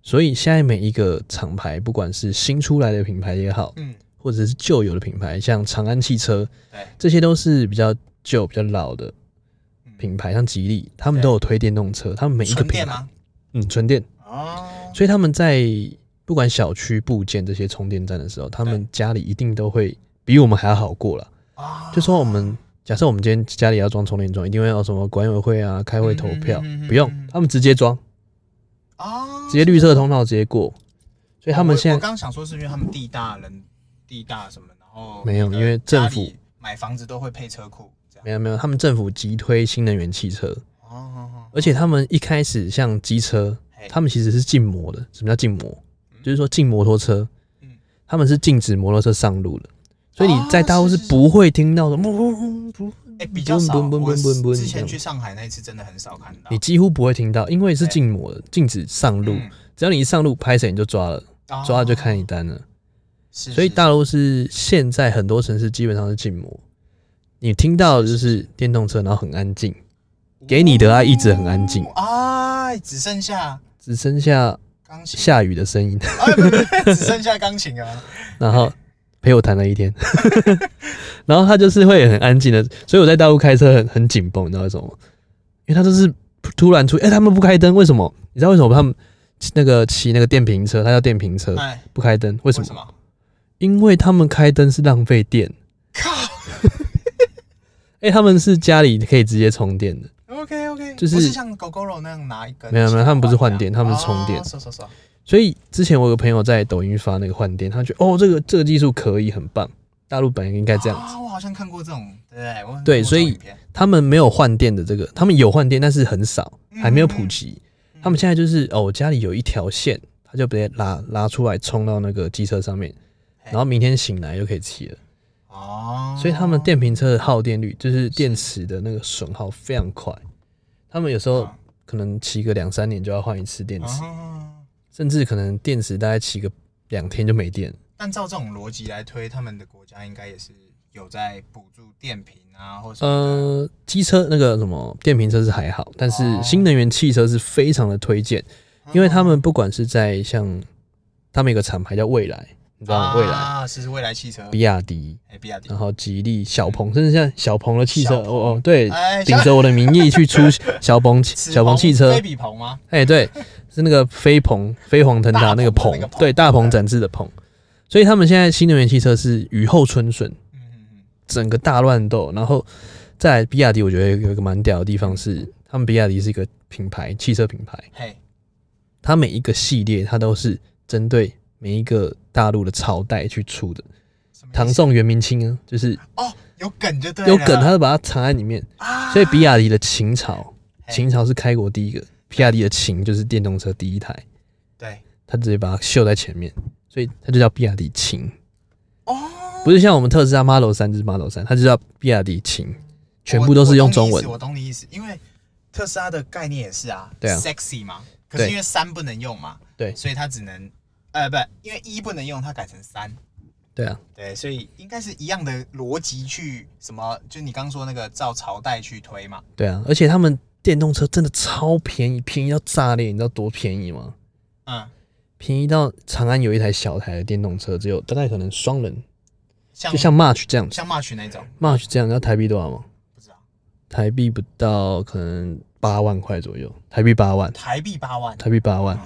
[SPEAKER 1] 所以现在每一个厂牌，不管是新出来的品牌也好，
[SPEAKER 2] 嗯，
[SPEAKER 1] 或者是旧有的品牌，像长安汽车，
[SPEAKER 2] 对，
[SPEAKER 1] 这些都是比较旧、比较老的品牌，像吉利，他们
[SPEAKER 2] 对
[SPEAKER 1] 都有推电动车，他们每一个
[SPEAKER 2] 哎纯
[SPEAKER 1] 品
[SPEAKER 2] 电
[SPEAKER 1] 牌，
[SPEAKER 2] 吗？
[SPEAKER 1] 嗯，纯电，
[SPEAKER 2] 哦，
[SPEAKER 1] 所以他们在不管小区部件这些充电站的时候，他们家里一定都会比我们还要好过了。
[SPEAKER 2] 啊
[SPEAKER 1] 就说我们假设我们今天家里要装充电桩，一定会要什么管委会啊开会投票
[SPEAKER 2] 嗯嗯嗯嗯嗯，嗯
[SPEAKER 1] 不用，他们直接装，
[SPEAKER 2] 啊，
[SPEAKER 1] 直接绿色通道直接过，所以他们
[SPEAKER 2] 我
[SPEAKER 1] 现
[SPEAKER 2] 我
[SPEAKER 1] 在
[SPEAKER 2] 刚想说是因为他们地大人地大什么，然后
[SPEAKER 1] 没有
[SPEAKER 2] 那个
[SPEAKER 1] 因为政府
[SPEAKER 2] 家里买房子都会配车库这样。
[SPEAKER 1] 没有没有，他们政府急推新能源汽车，
[SPEAKER 2] 哦哦，
[SPEAKER 1] 而且他们一开始像机车，
[SPEAKER 2] 嘿
[SPEAKER 1] 他们其实是禁摩的。什么叫禁摩？
[SPEAKER 2] 哎嗯
[SPEAKER 1] 就是说禁摩托车
[SPEAKER 2] 嗯，
[SPEAKER 1] 他们是禁止摩托车上路的。所以你在大陆是
[SPEAKER 2] 哦是是
[SPEAKER 1] 不会听到的，嗡嗡嗡嗡
[SPEAKER 2] 哎比较少，
[SPEAKER 1] 嘣嘣
[SPEAKER 2] 我
[SPEAKER 1] 嘣嘣嘣
[SPEAKER 2] 之前
[SPEAKER 1] 这
[SPEAKER 2] 去
[SPEAKER 1] 样
[SPEAKER 2] 上海那一次真的很少看到嗯
[SPEAKER 1] 你几乎不会听到，因为是禁摩的，禁止上路。只要你一上路，拍谁你就抓了，抓了就开你，单了。
[SPEAKER 2] 是
[SPEAKER 1] 所以
[SPEAKER 2] 是
[SPEAKER 1] 大陆是现在很多城市基本上是禁摩，你听到的就是电动车，然后很安静，给你的啊一直很安静
[SPEAKER 2] 哦哎，只剩下
[SPEAKER 1] 只剩下
[SPEAKER 2] 钢琴，
[SPEAKER 1] 下雨的声音，
[SPEAKER 2] 哎，不不不只剩下钢琴啊，
[SPEAKER 1] 然后陪我谈了一 天，然后他就是会很安静的，所以我在大陆开车很很紧绷，你知道为什么吗？因为他就是突然出，哎、他们不开灯，为什么？你知道为什么他们骑那个骑那个电瓶车，他叫电瓶车
[SPEAKER 2] 哎，
[SPEAKER 1] 不开灯，呃为
[SPEAKER 2] 为
[SPEAKER 1] 什么？
[SPEAKER 2] 么？
[SPEAKER 1] 因为他们开灯是浪费电，
[SPEAKER 2] 靠
[SPEAKER 1] 哎、他们是家里可以直接充电的，
[SPEAKER 2] ，OK OK，
[SPEAKER 1] 就是
[SPEAKER 2] 不是像狗狗肉那样拿一根，
[SPEAKER 1] 没有没有他们不是换电
[SPEAKER 2] 这样
[SPEAKER 1] 他们是充电
[SPEAKER 2] 哦是是是，
[SPEAKER 1] 所以之前我有个朋友在抖音发那个换电，他觉得哦这个这个技术可以很棒，大陆本来应该这样子。
[SPEAKER 2] 啊，我好像看过这种，对不对？我看过
[SPEAKER 1] 对
[SPEAKER 2] 这种
[SPEAKER 1] 所以
[SPEAKER 2] 影片
[SPEAKER 1] 他们没有换电的这个，他们有换电，但是很少，还没有普及。
[SPEAKER 2] 嗯
[SPEAKER 1] 他们现在就是哦，我家里有一条线，他就直接拉拉出来冲到那个机车上面，
[SPEAKER 2] 嘿
[SPEAKER 1] 然后明天醒来就可以骑了。
[SPEAKER 2] 哦，
[SPEAKER 1] 所以他们电瓶车的耗电率，就是电池的那个损耗非常快。他们有时候
[SPEAKER 2] 啊
[SPEAKER 1] 可能骑个两三年就要换一次电池，
[SPEAKER 2] 哦
[SPEAKER 1] 甚至可能电池大概骑个两天就没电了。
[SPEAKER 2] 按照这种逻辑来推，他们的国家应该也是有在补助电瓶啊，或者
[SPEAKER 1] 呃，机车那个什么电瓶车是还好，但是
[SPEAKER 2] 哦
[SPEAKER 1] 新能源汽车是非常的推荐。因为他们不管是在像他们有个厂牌叫蔚来，你知道吗？蔚呃来、
[SPEAKER 2] 啊，是未来汽车，
[SPEAKER 1] 比亚迪，
[SPEAKER 2] 哎，比亚迪
[SPEAKER 1] 然，后吉利、小鹏，甚至像小鹏的汽车，
[SPEAKER 2] 小鹏
[SPEAKER 1] 哦哦，对，
[SPEAKER 2] 哎，
[SPEAKER 1] 顶
[SPEAKER 2] 小
[SPEAKER 1] 着我的名义去出小 鹏
[SPEAKER 2] 此
[SPEAKER 1] 小鹏汽车
[SPEAKER 2] 非，比鹏吗？
[SPEAKER 1] 哎，对，是那个飞鹏飞黄腾达
[SPEAKER 2] 大
[SPEAKER 1] 那个鹏
[SPEAKER 2] 鹏的那个，鹏
[SPEAKER 1] 对，大鹏展翅的鹏。所以他们现在新能源汽车是雨后春笋，
[SPEAKER 2] 嗯嗯嗯，
[SPEAKER 1] 整个大乱斗。然后再来比亚迪，我觉得有一个蛮屌的地方是，他们比亚迪是一个品牌，汽车品牌。
[SPEAKER 2] 嘿，
[SPEAKER 1] 它每一个系列它都是针对每一个大陆的朝代去出的。
[SPEAKER 2] 什么意思
[SPEAKER 1] 唐宋元明清啊，就是
[SPEAKER 2] 哦，有梗就对了，
[SPEAKER 1] 有梗，它就把它藏在里面。
[SPEAKER 2] 啊，
[SPEAKER 1] 所以比亚迪的秦朝，
[SPEAKER 2] 嘿
[SPEAKER 1] 秦朝是开国第一个，比亚迪的秦就是电动车第一台，
[SPEAKER 2] 对
[SPEAKER 1] 它直接把它秀在前面，所以它就叫比亚迪秦，
[SPEAKER 2] 哦，
[SPEAKER 1] 不是像我们特斯拉 Model 三就是 Model 三，它就叫比亚迪秦，全部都是用中文
[SPEAKER 2] 我。我懂你意思，我懂你意思，因为特斯拉的概念也是啊，
[SPEAKER 1] 对啊
[SPEAKER 2] ，sexy 嘛，可是
[SPEAKER 1] 对
[SPEAKER 2] 因为三不能用嘛，
[SPEAKER 1] 对
[SPEAKER 2] 所以它只能呃不，因为一不能用，它改成三。
[SPEAKER 1] 对啊，
[SPEAKER 2] 对，所以应该是一样的逻辑去什么，就你刚说那个照朝代去推嘛，
[SPEAKER 1] 对啊，而且他们电动车真的超便宜，便宜到炸裂，你知道多便宜吗？
[SPEAKER 2] 嗯，
[SPEAKER 1] 便宜到长安有一台小台的电动车，只有大概可能双人，
[SPEAKER 2] 像
[SPEAKER 1] 就像 March 这样子
[SPEAKER 2] 像 March 那种，
[SPEAKER 1] ，March 这样，你知道台币多少吗？
[SPEAKER 2] 不知道，
[SPEAKER 1] 台币不到可能八万块左右，台币八万，
[SPEAKER 2] 台币八万，啊
[SPEAKER 1] 台币八万，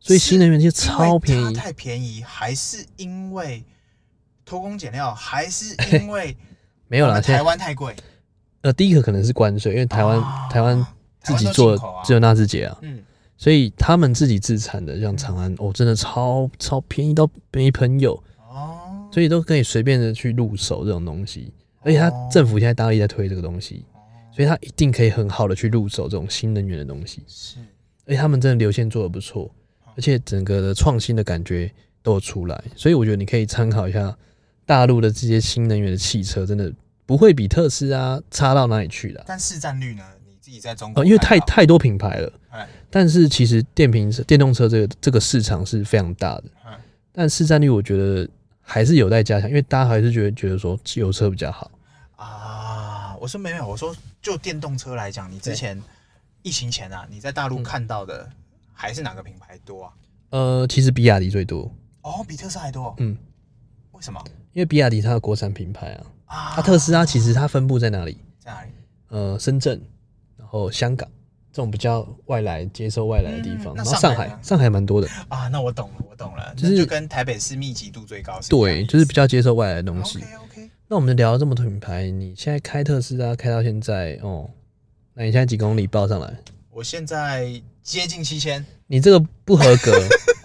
[SPEAKER 1] 所以新能源就超便
[SPEAKER 2] 因为
[SPEAKER 1] 宜
[SPEAKER 2] 它。太便宜，还是因为偷工减料，还 是因为
[SPEAKER 1] 没有
[SPEAKER 2] 我
[SPEAKER 1] 啦，
[SPEAKER 2] 们
[SPEAKER 1] 现
[SPEAKER 2] 台
[SPEAKER 1] 在
[SPEAKER 2] 湾太贵，
[SPEAKER 1] 呃，第一个可能是关税，因为台湾
[SPEAKER 2] 啊
[SPEAKER 1] 台湾自己做
[SPEAKER 2] 台湾都进口啊
[SPEAKER 1] 只有纳智捷啊，
[SPEAKER 2] 嗯，
[SPEAKER 1] 所以他们自己自产的，像长安哦，真的超超便宜到没朋友，
[SPEAKER 2] 哦，
[SPEAKER 1] 所以都可以随便的去入手这种东西。而且他
[SPEAKER 2] 哦
[SPEAKER 1] 政府现在大力在推这个东西，
[SPEAKER 2] 哦
[SPEAKER 1] 所以他一定可以很好的去入手这种新能源的东西。
[SPEAKER 2] 是
[SPEAKER 1] 而且他们真的流线做的不错，
[SPEAKER 2] 哦
[SPEAKER 1] 而且整个的创新的感觉都有出来，所以我觉得你可以参考一下大陆的这些新能源的汽车，真的不会比特斯拉差到哪里去的啊、
[SPEAKER 2] 但市占率呢？你自己在中国
[SPEAKER 1] 呃，因为
[SPEAKER 2] 看
[SPEAKER 1] 太
[SPEAKER 2] 到
[SPEAKER 1] 太多品牌了
[SPEAKER 2] 哎，
[SPEAKER 1] 但是其实电瓶车、电动车这个这个市场是非常大的
[SPEAKER 2] 嗯，
[SPEAKER 1] 但市占率我觉得还是有待加强，因为大家还是觉得觉得说油车比较好。
[SPEAKER 2] 啊，我说没有，我说就电动车来讲，你之前疫情前啊，你在大
[SPEAKER 1] 嗯
[SPEAKER 2] 陆看到的还是哪个品牌多啊？
[SPEAKER 1] 呃，其实比亚迪最多，
[SPEAKER 2] 哦，比特斯拉还多。
[SPEAKER 1] 嗯，
[SPEAKER 2] 为什么
[SPEAKER 1] 因为比亚迪它的国产品牌啊，
[SPEAKER 2] 啊？
[SPEAKER 1] 它特斯拉其实它分布在哪里？
[SPEAKER 2] 在哪里？
[SPEAKER 1] 呃深圳，然后香港这种比较外来接收外来的地方，
[SPEAKER 2] 嗯那
[SPEAKER 1] 然后上
[SPEAKER 2] 上海
[SPEAKER 1] 海
[SPEAKER 2] 呢
[SPEAKER 1] 上海蛮多的，
[SPEAKER 2] 啊，那我懂了，我懂了，
[SPEAKER 1] 就
[SPEAKER 2] 就是就跟台北市密集度最高是一样的
[SPEAKER 1] 对，
[SPEAKER 2] 意思。
[SPEAKER 1] 就是比较接受外来的东西。
[SPEAKER 2] OK OK，
[SPEAKER 1] 那我们聊了这么多品牌，你现在开特斯拉开到现在哦，那你现在几公里报上来？
[SPEAKER 2] 我现在接近七千，
[SPEAKER 1] 你这个不合格，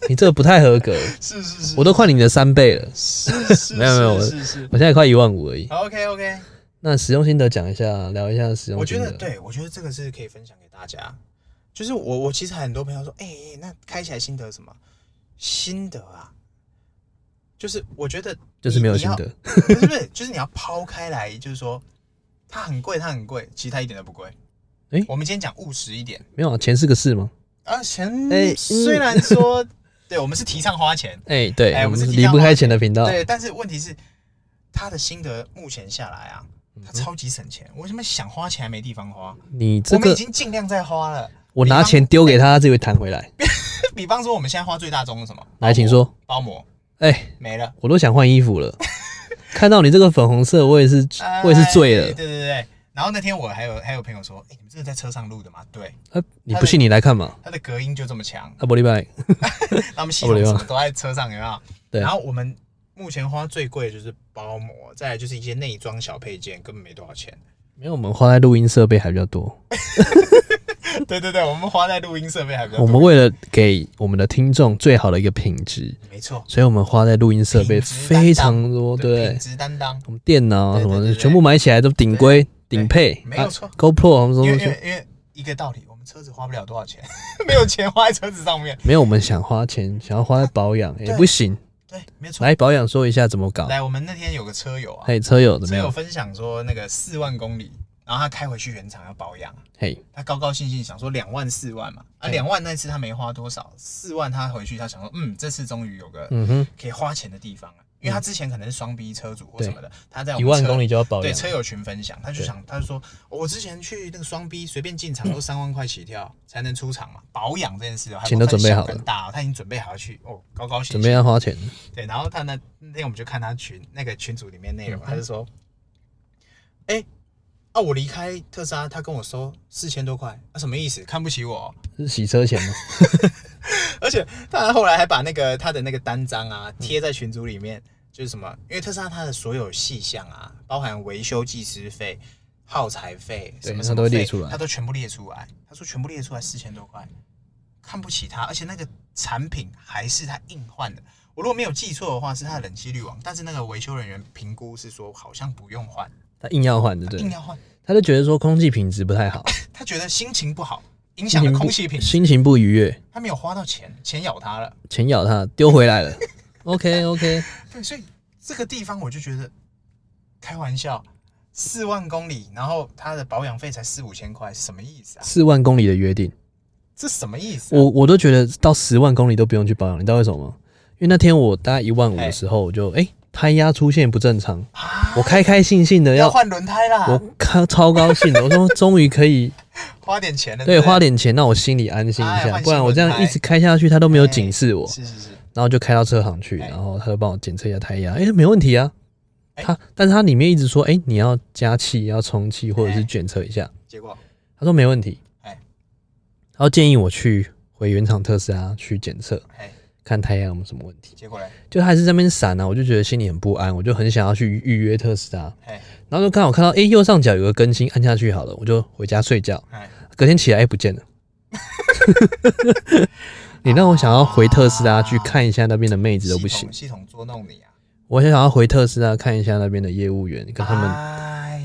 [SPEAKER 1] 你这个不太合格，
[SPEAKER 2] 是是是，
[SPEAKER 1] 我都快你的三倍了，
[SPEAKER 2] 是是
[SPEAKER 1] 没有没有我
[SPEAKER 2] 是是是。
[SPEAKER 1] 我现在快一万五而已。
[SPEAKER 2] OK OK，
[SPEAKER 1] 那使用心得讲一下，聊一下使用
[SPEAKER 2] 我觉
[SPEAKER 1] 心
[SPEAKER 2] 得
[SPEAKER 1] 得。
[SPEAKER 2] 对，我觉得这个是可以分享给大家。就是我我其实很多朋友说，哎、那开起来心得是什么？心得啊，就是我觉得
[SPEAKER 1] 就是
[SPEAKER 2] 你
[SPEAKER 1] 没有
[SPEAKER 2] 你
[SPEAKER 1] 心
[SPEAKER 2] 要
[SPEAKER 1] 得，
[SPEAKER 2] 不是不是，就是你要抛开来，就是说它很贵，它很贵，其实它一点都不贵。
[SPEAKER 1] 诶
[SPEAKER 2] 我们今天讲务实一点，
[SPEAKER 1] 没有啊，钱是个事吗？
[SPEAKER 2] 啊，钱、
[SPEAKER 1] 诶嗯
[SPEAKER 2] 虽然说，对我们是提倡花钱，
[SPEAKER 1] 哎、对，
[SPEAKER 2] 哎
[SPEAKER 1] 我
[SPEAKER 2] 我
[SPEAKER 1] 们
[SPEAKER 2] 们是
[SPEAKER 1] 是
[SPEAKER 2] 提
[SPEAKER 1] 离
[SPEAKER 2] 倡
[SPEAKER 1] 不
[SPEAKER 2] 花
[SPEAKER 1] 开
[SPEAKER 2] 钱
[SPEAKER 1] 钱的频道。
[SPEAKER 2] 对，但是问题是他的心得目前下来啊，
[SPEAKER 1] 嗯
[SPEAKER 2] 他超级省钱。我为什么想花钱还没地方花？
[SPEAKER 1] 你这
[SPEAKER 2] 我们已
[SPEAKER 1] 个，
[SPEAKER 2] 经尽量在花了。
[SPEAKER 1] 我拿
[SPEAKER 2] 比方
[SPEAKER 1] 钱丢给他，他自己会弹回来。
[SPEAKER 2] 比方说，我们现在花最大宗是什么？
[SPEAKER 1] 来，请
[SPEAKER 2] 包膜
[SPEAKER 1] 说。
[SPEAKER 2] 包膜。
[SPEAKER 1] 哎、
[SPEAKER 2] 没了，
[SPEAKER 1] 我都想换衣服了。看到你这个粉红色，我也是，我也是醉
[SPEAKER 2] 哎对
[SPEAKER 1] 了。
[SPEAKER 2] 对对对。然后那天我还有还有朋友说，哎、你们这是在车上录的吗？对，
[SPEAKER 1] 啊，你不信你来看嘛？
[SPEAKER 2] 它的隔音就这么强，
[SPEAKER 1] 啊，不礼拜，
[SPEAKER 2] 他们系统什么都在车上，有没有？
[SPEAKER 1] 对
[SPEAKER 2] 然后我们目前花最贵的就是包膜，再来就是一些内装小配件，根本没多少钱。
[SPEAKER 1] 没有，我们花在录音设备还比较多。
[SPEAKER 2] 对对对，我们花在录音设备还比较
[SPEAKER 1] 我
[SPEAKER 2] 多。
[SPEAKER 1] 们为了给我们的听众最好的一个品质，
[SPEAKER 2] 没错，
[SPEAKER 1] 所以我们花在录音设备
[SPEAKER 2] 品质
[SPEAKER 1] 非常多，对不
[SPEAKER 2] 品
[SPEAKER 1] 对？
[SPEAKER 2] 质担当。
[SPEAKER 1] 我们电脑啊
[SPEAKER 2] 对对
[SPEAKER 1] 什么
[SPEAKER 2] 对
[SPEAKER 1] 的，
[SPEAKER 2] 对对
[SPEAKER 1] 全部买起来都顶规顶配，
[SPEAKER 2] 没有错
[SPEAKER 1] 啊 GoPro 什么什么
[SPEAKER 2] 因为
[SPEAKER 1] 什
[SPEAKER 2] 因
[SPEAKER 1] 么
[SPEAKER 2] 为，因为一个道理，我们车子花不了多少钱， 没有钱花在车子上面。
[SPEAKER 1] 没有我们想花钱，想要花在保养也
[SPEAKER 2] 对
[SPEAKER 1] 不行。
[SPEAKER 2] 对，没错。
[SPEAKER 1] 来保养说一下怎么搞？
[SPEAKER 2] 来，我们那天有个车友啊，
[SPEAKER 1] 嘿，车友怎么
[SPEAKER 2] 车友
[SPEAKER 1] 样？
[SPEAKER 2] 分享说那个四万公里，然后他开回去原厂要保养，
[SPEAKER 1] 嘿，
[SPEAKER 2] 他高高兴兴想说两万四万嘛，啊
[SPEAKER 1] 对
[SPEAKER 2] 两万那次他没花多少，四万他回去他想说，嗯，这次终于有个
[SPEAKER 1] 嗯哼，
[SPEAKER 2] 可以花钱的地方了、啊因为他之前可能是双 B 车主或什么的，他在我
[SPEAKER 1] 嗯一
[SPEAKER 2] 们
[SPEAKER 1] 万
[SPEAKER 2] 车
[SPEAKER 1] 公里就要保
[SPEAKER 2] 对
[SPEAKER 1] 养，
[SPEAKER 2] 车友群分享，他就
[SPEAKER 1] 对嗯
[SPEAKER 2] 想，他就说，哦我之前去那个双 B 随便进场都三万块起跳才能出场嘛，保养这件事哦，还
[SPEAKER 1] 钱
[SPEAKER 2] 不
[SPEAKER 1] 都准备好了
[SPEAKER 2] 很大哦，他已经准备好要去哦，高高兴兴
[SPEAKER 1] 准备要花钱，
[SPEAKER 2] 对，然后他那那天我们就看他群那个群组里面内容，他就说，哎、啊我离开特斯拉，他跟我收四千多块，啊那、什么意思？看不起我哦、
[SPEAKER 1] 是洗车钱吗？
[SPEAKER 2] 而且他后来还把那个他的那个单张啊贴在群组里面，就是什么，因为特斯拉它的所有细项啊，包含维修技师费、耗材费，
[SPEAKER 1] 对
[SPEAKER 2] 什么
[SPEAKER 1] 它
[SPEAKER 2] 什么
[SPEAKER 1] 都会列
[SPEAKER 2] 费
[SPEAKER 1] 出来
[SPEAKER 2] 它都全部列出来。他说全部列出来四千多块，看不起他，而且那个产品还是他硬换的。我如果没有记错的话，是他的冷气滤网，但是那个维修人员评估是说好像不用换，
[SPEAKER 1] 他硬要换，对不
[SPEAKER 2] 硬
[SPEAKER 1] 对？
[SPEAKER 2] 要换，
[SPEAKER 1] 他就觉得说空气品质不太 好，
[SPEAKER 2] 他觉得心情不好，影响了
[SPEAKER 1] 不
[SPEAKER 2] 空气品质，
[SPEAKER 1] 心情不愉悦，
[SPEAKER 2] 他没有花到钱，钱咬他了。
[SPEAKER 1] 钱咬他，丢回来 了。OK OK，
[SPEAKER 2] 对，所以这个地方我就觉得，开玩笑，四万公里，然后它的保养费才四五千块，什么意思啊？
[SPEAKER 1] 四万公里的约定，
[SPEAKER 2] 这什么意思、啊？
[SPEAKER 1] 我我都觉得到十万公里都不用去保养，你知道为什么吗？因为那天我大概一万五
[SPEAKER 2] 哎
[SPEAKER 1] 的时候，我就哎、胎压出现不正常，
[SPEAKER 2] 啊
[SPEAKER 1] 我开 开心心的
[SPEAKER 2] 要
[SPEAKER 1] 要，
[SPEAKER 2] 换轮胎啦
[SPEAKER 1] 我，看超高兴的，我说终于可以
[SPEAKER 2] 花点钱了，
[SPEAKER 1] 对
[SPEAKER 2] 对不对，
[SPEAKER 1] 花点钱让我心里安心一
[SPEAKER 2] 哎
[SPEAKER 1] 下，
[SPEAKER 2] 换
[SPEAKER 1] 不然我这
[SPEAKER 2] 新
[SPEAKER 1] 样一
[SPEAKER 2] 轮胎哎
[SPEAKER 1] 直开下去，他都没有警示我，
[SPEAKER 2] 是是是，
[SPEAKER 1] 然后就开到车行去，
[SPEAKER 2] 哎
[SPEAKER 1] 然后他就帮我检测一下胎压，哎、没问题啊。
[SPEAKER 2] 哎
[SPEAKER 1] 他，但是他里面一直说，哎、你要加气，要充气，或者
[SPEAKER 2] 哎
[SPEAKER 1] 是检测一下。
[SPEAKER 2] 结果
[SPEAKER 1] 他说没问题，
[SPEAKER 2] 哎
[SPEAKER 1] 然后建议我去回原厂特斯拉去检测，
[SPEAKER 2] 哎，
[SPEAKER 1] 看胎压有没有什么问题。
[SPEAKER 2] 结果嘞，
[SPEAKER 1] 就他还是在那边闪啊，我就觉得心里很不安，我就很想要去预约特斯拉。
[SPEAKER 2] 哎
[SPEAKER 1] 然后就刚好看到，哎、右上角有个更新，按下去好了，我就回家睡觉。
[SPEAKER 2] 哎，
[SPEAKER 1] 隔天起来，哎、不见了。 你让我想要回特斯拉去看一下那边的妹子都不
[SPEAKER 2] 系
[SPEAKER 1] 行
[SPEAKER 2] 统，系统捉弄你啊，
[SPEAKER 1] 我想要回特斯拉看一下那边的业务员，跟他们、
[SPEAKER 2] 哎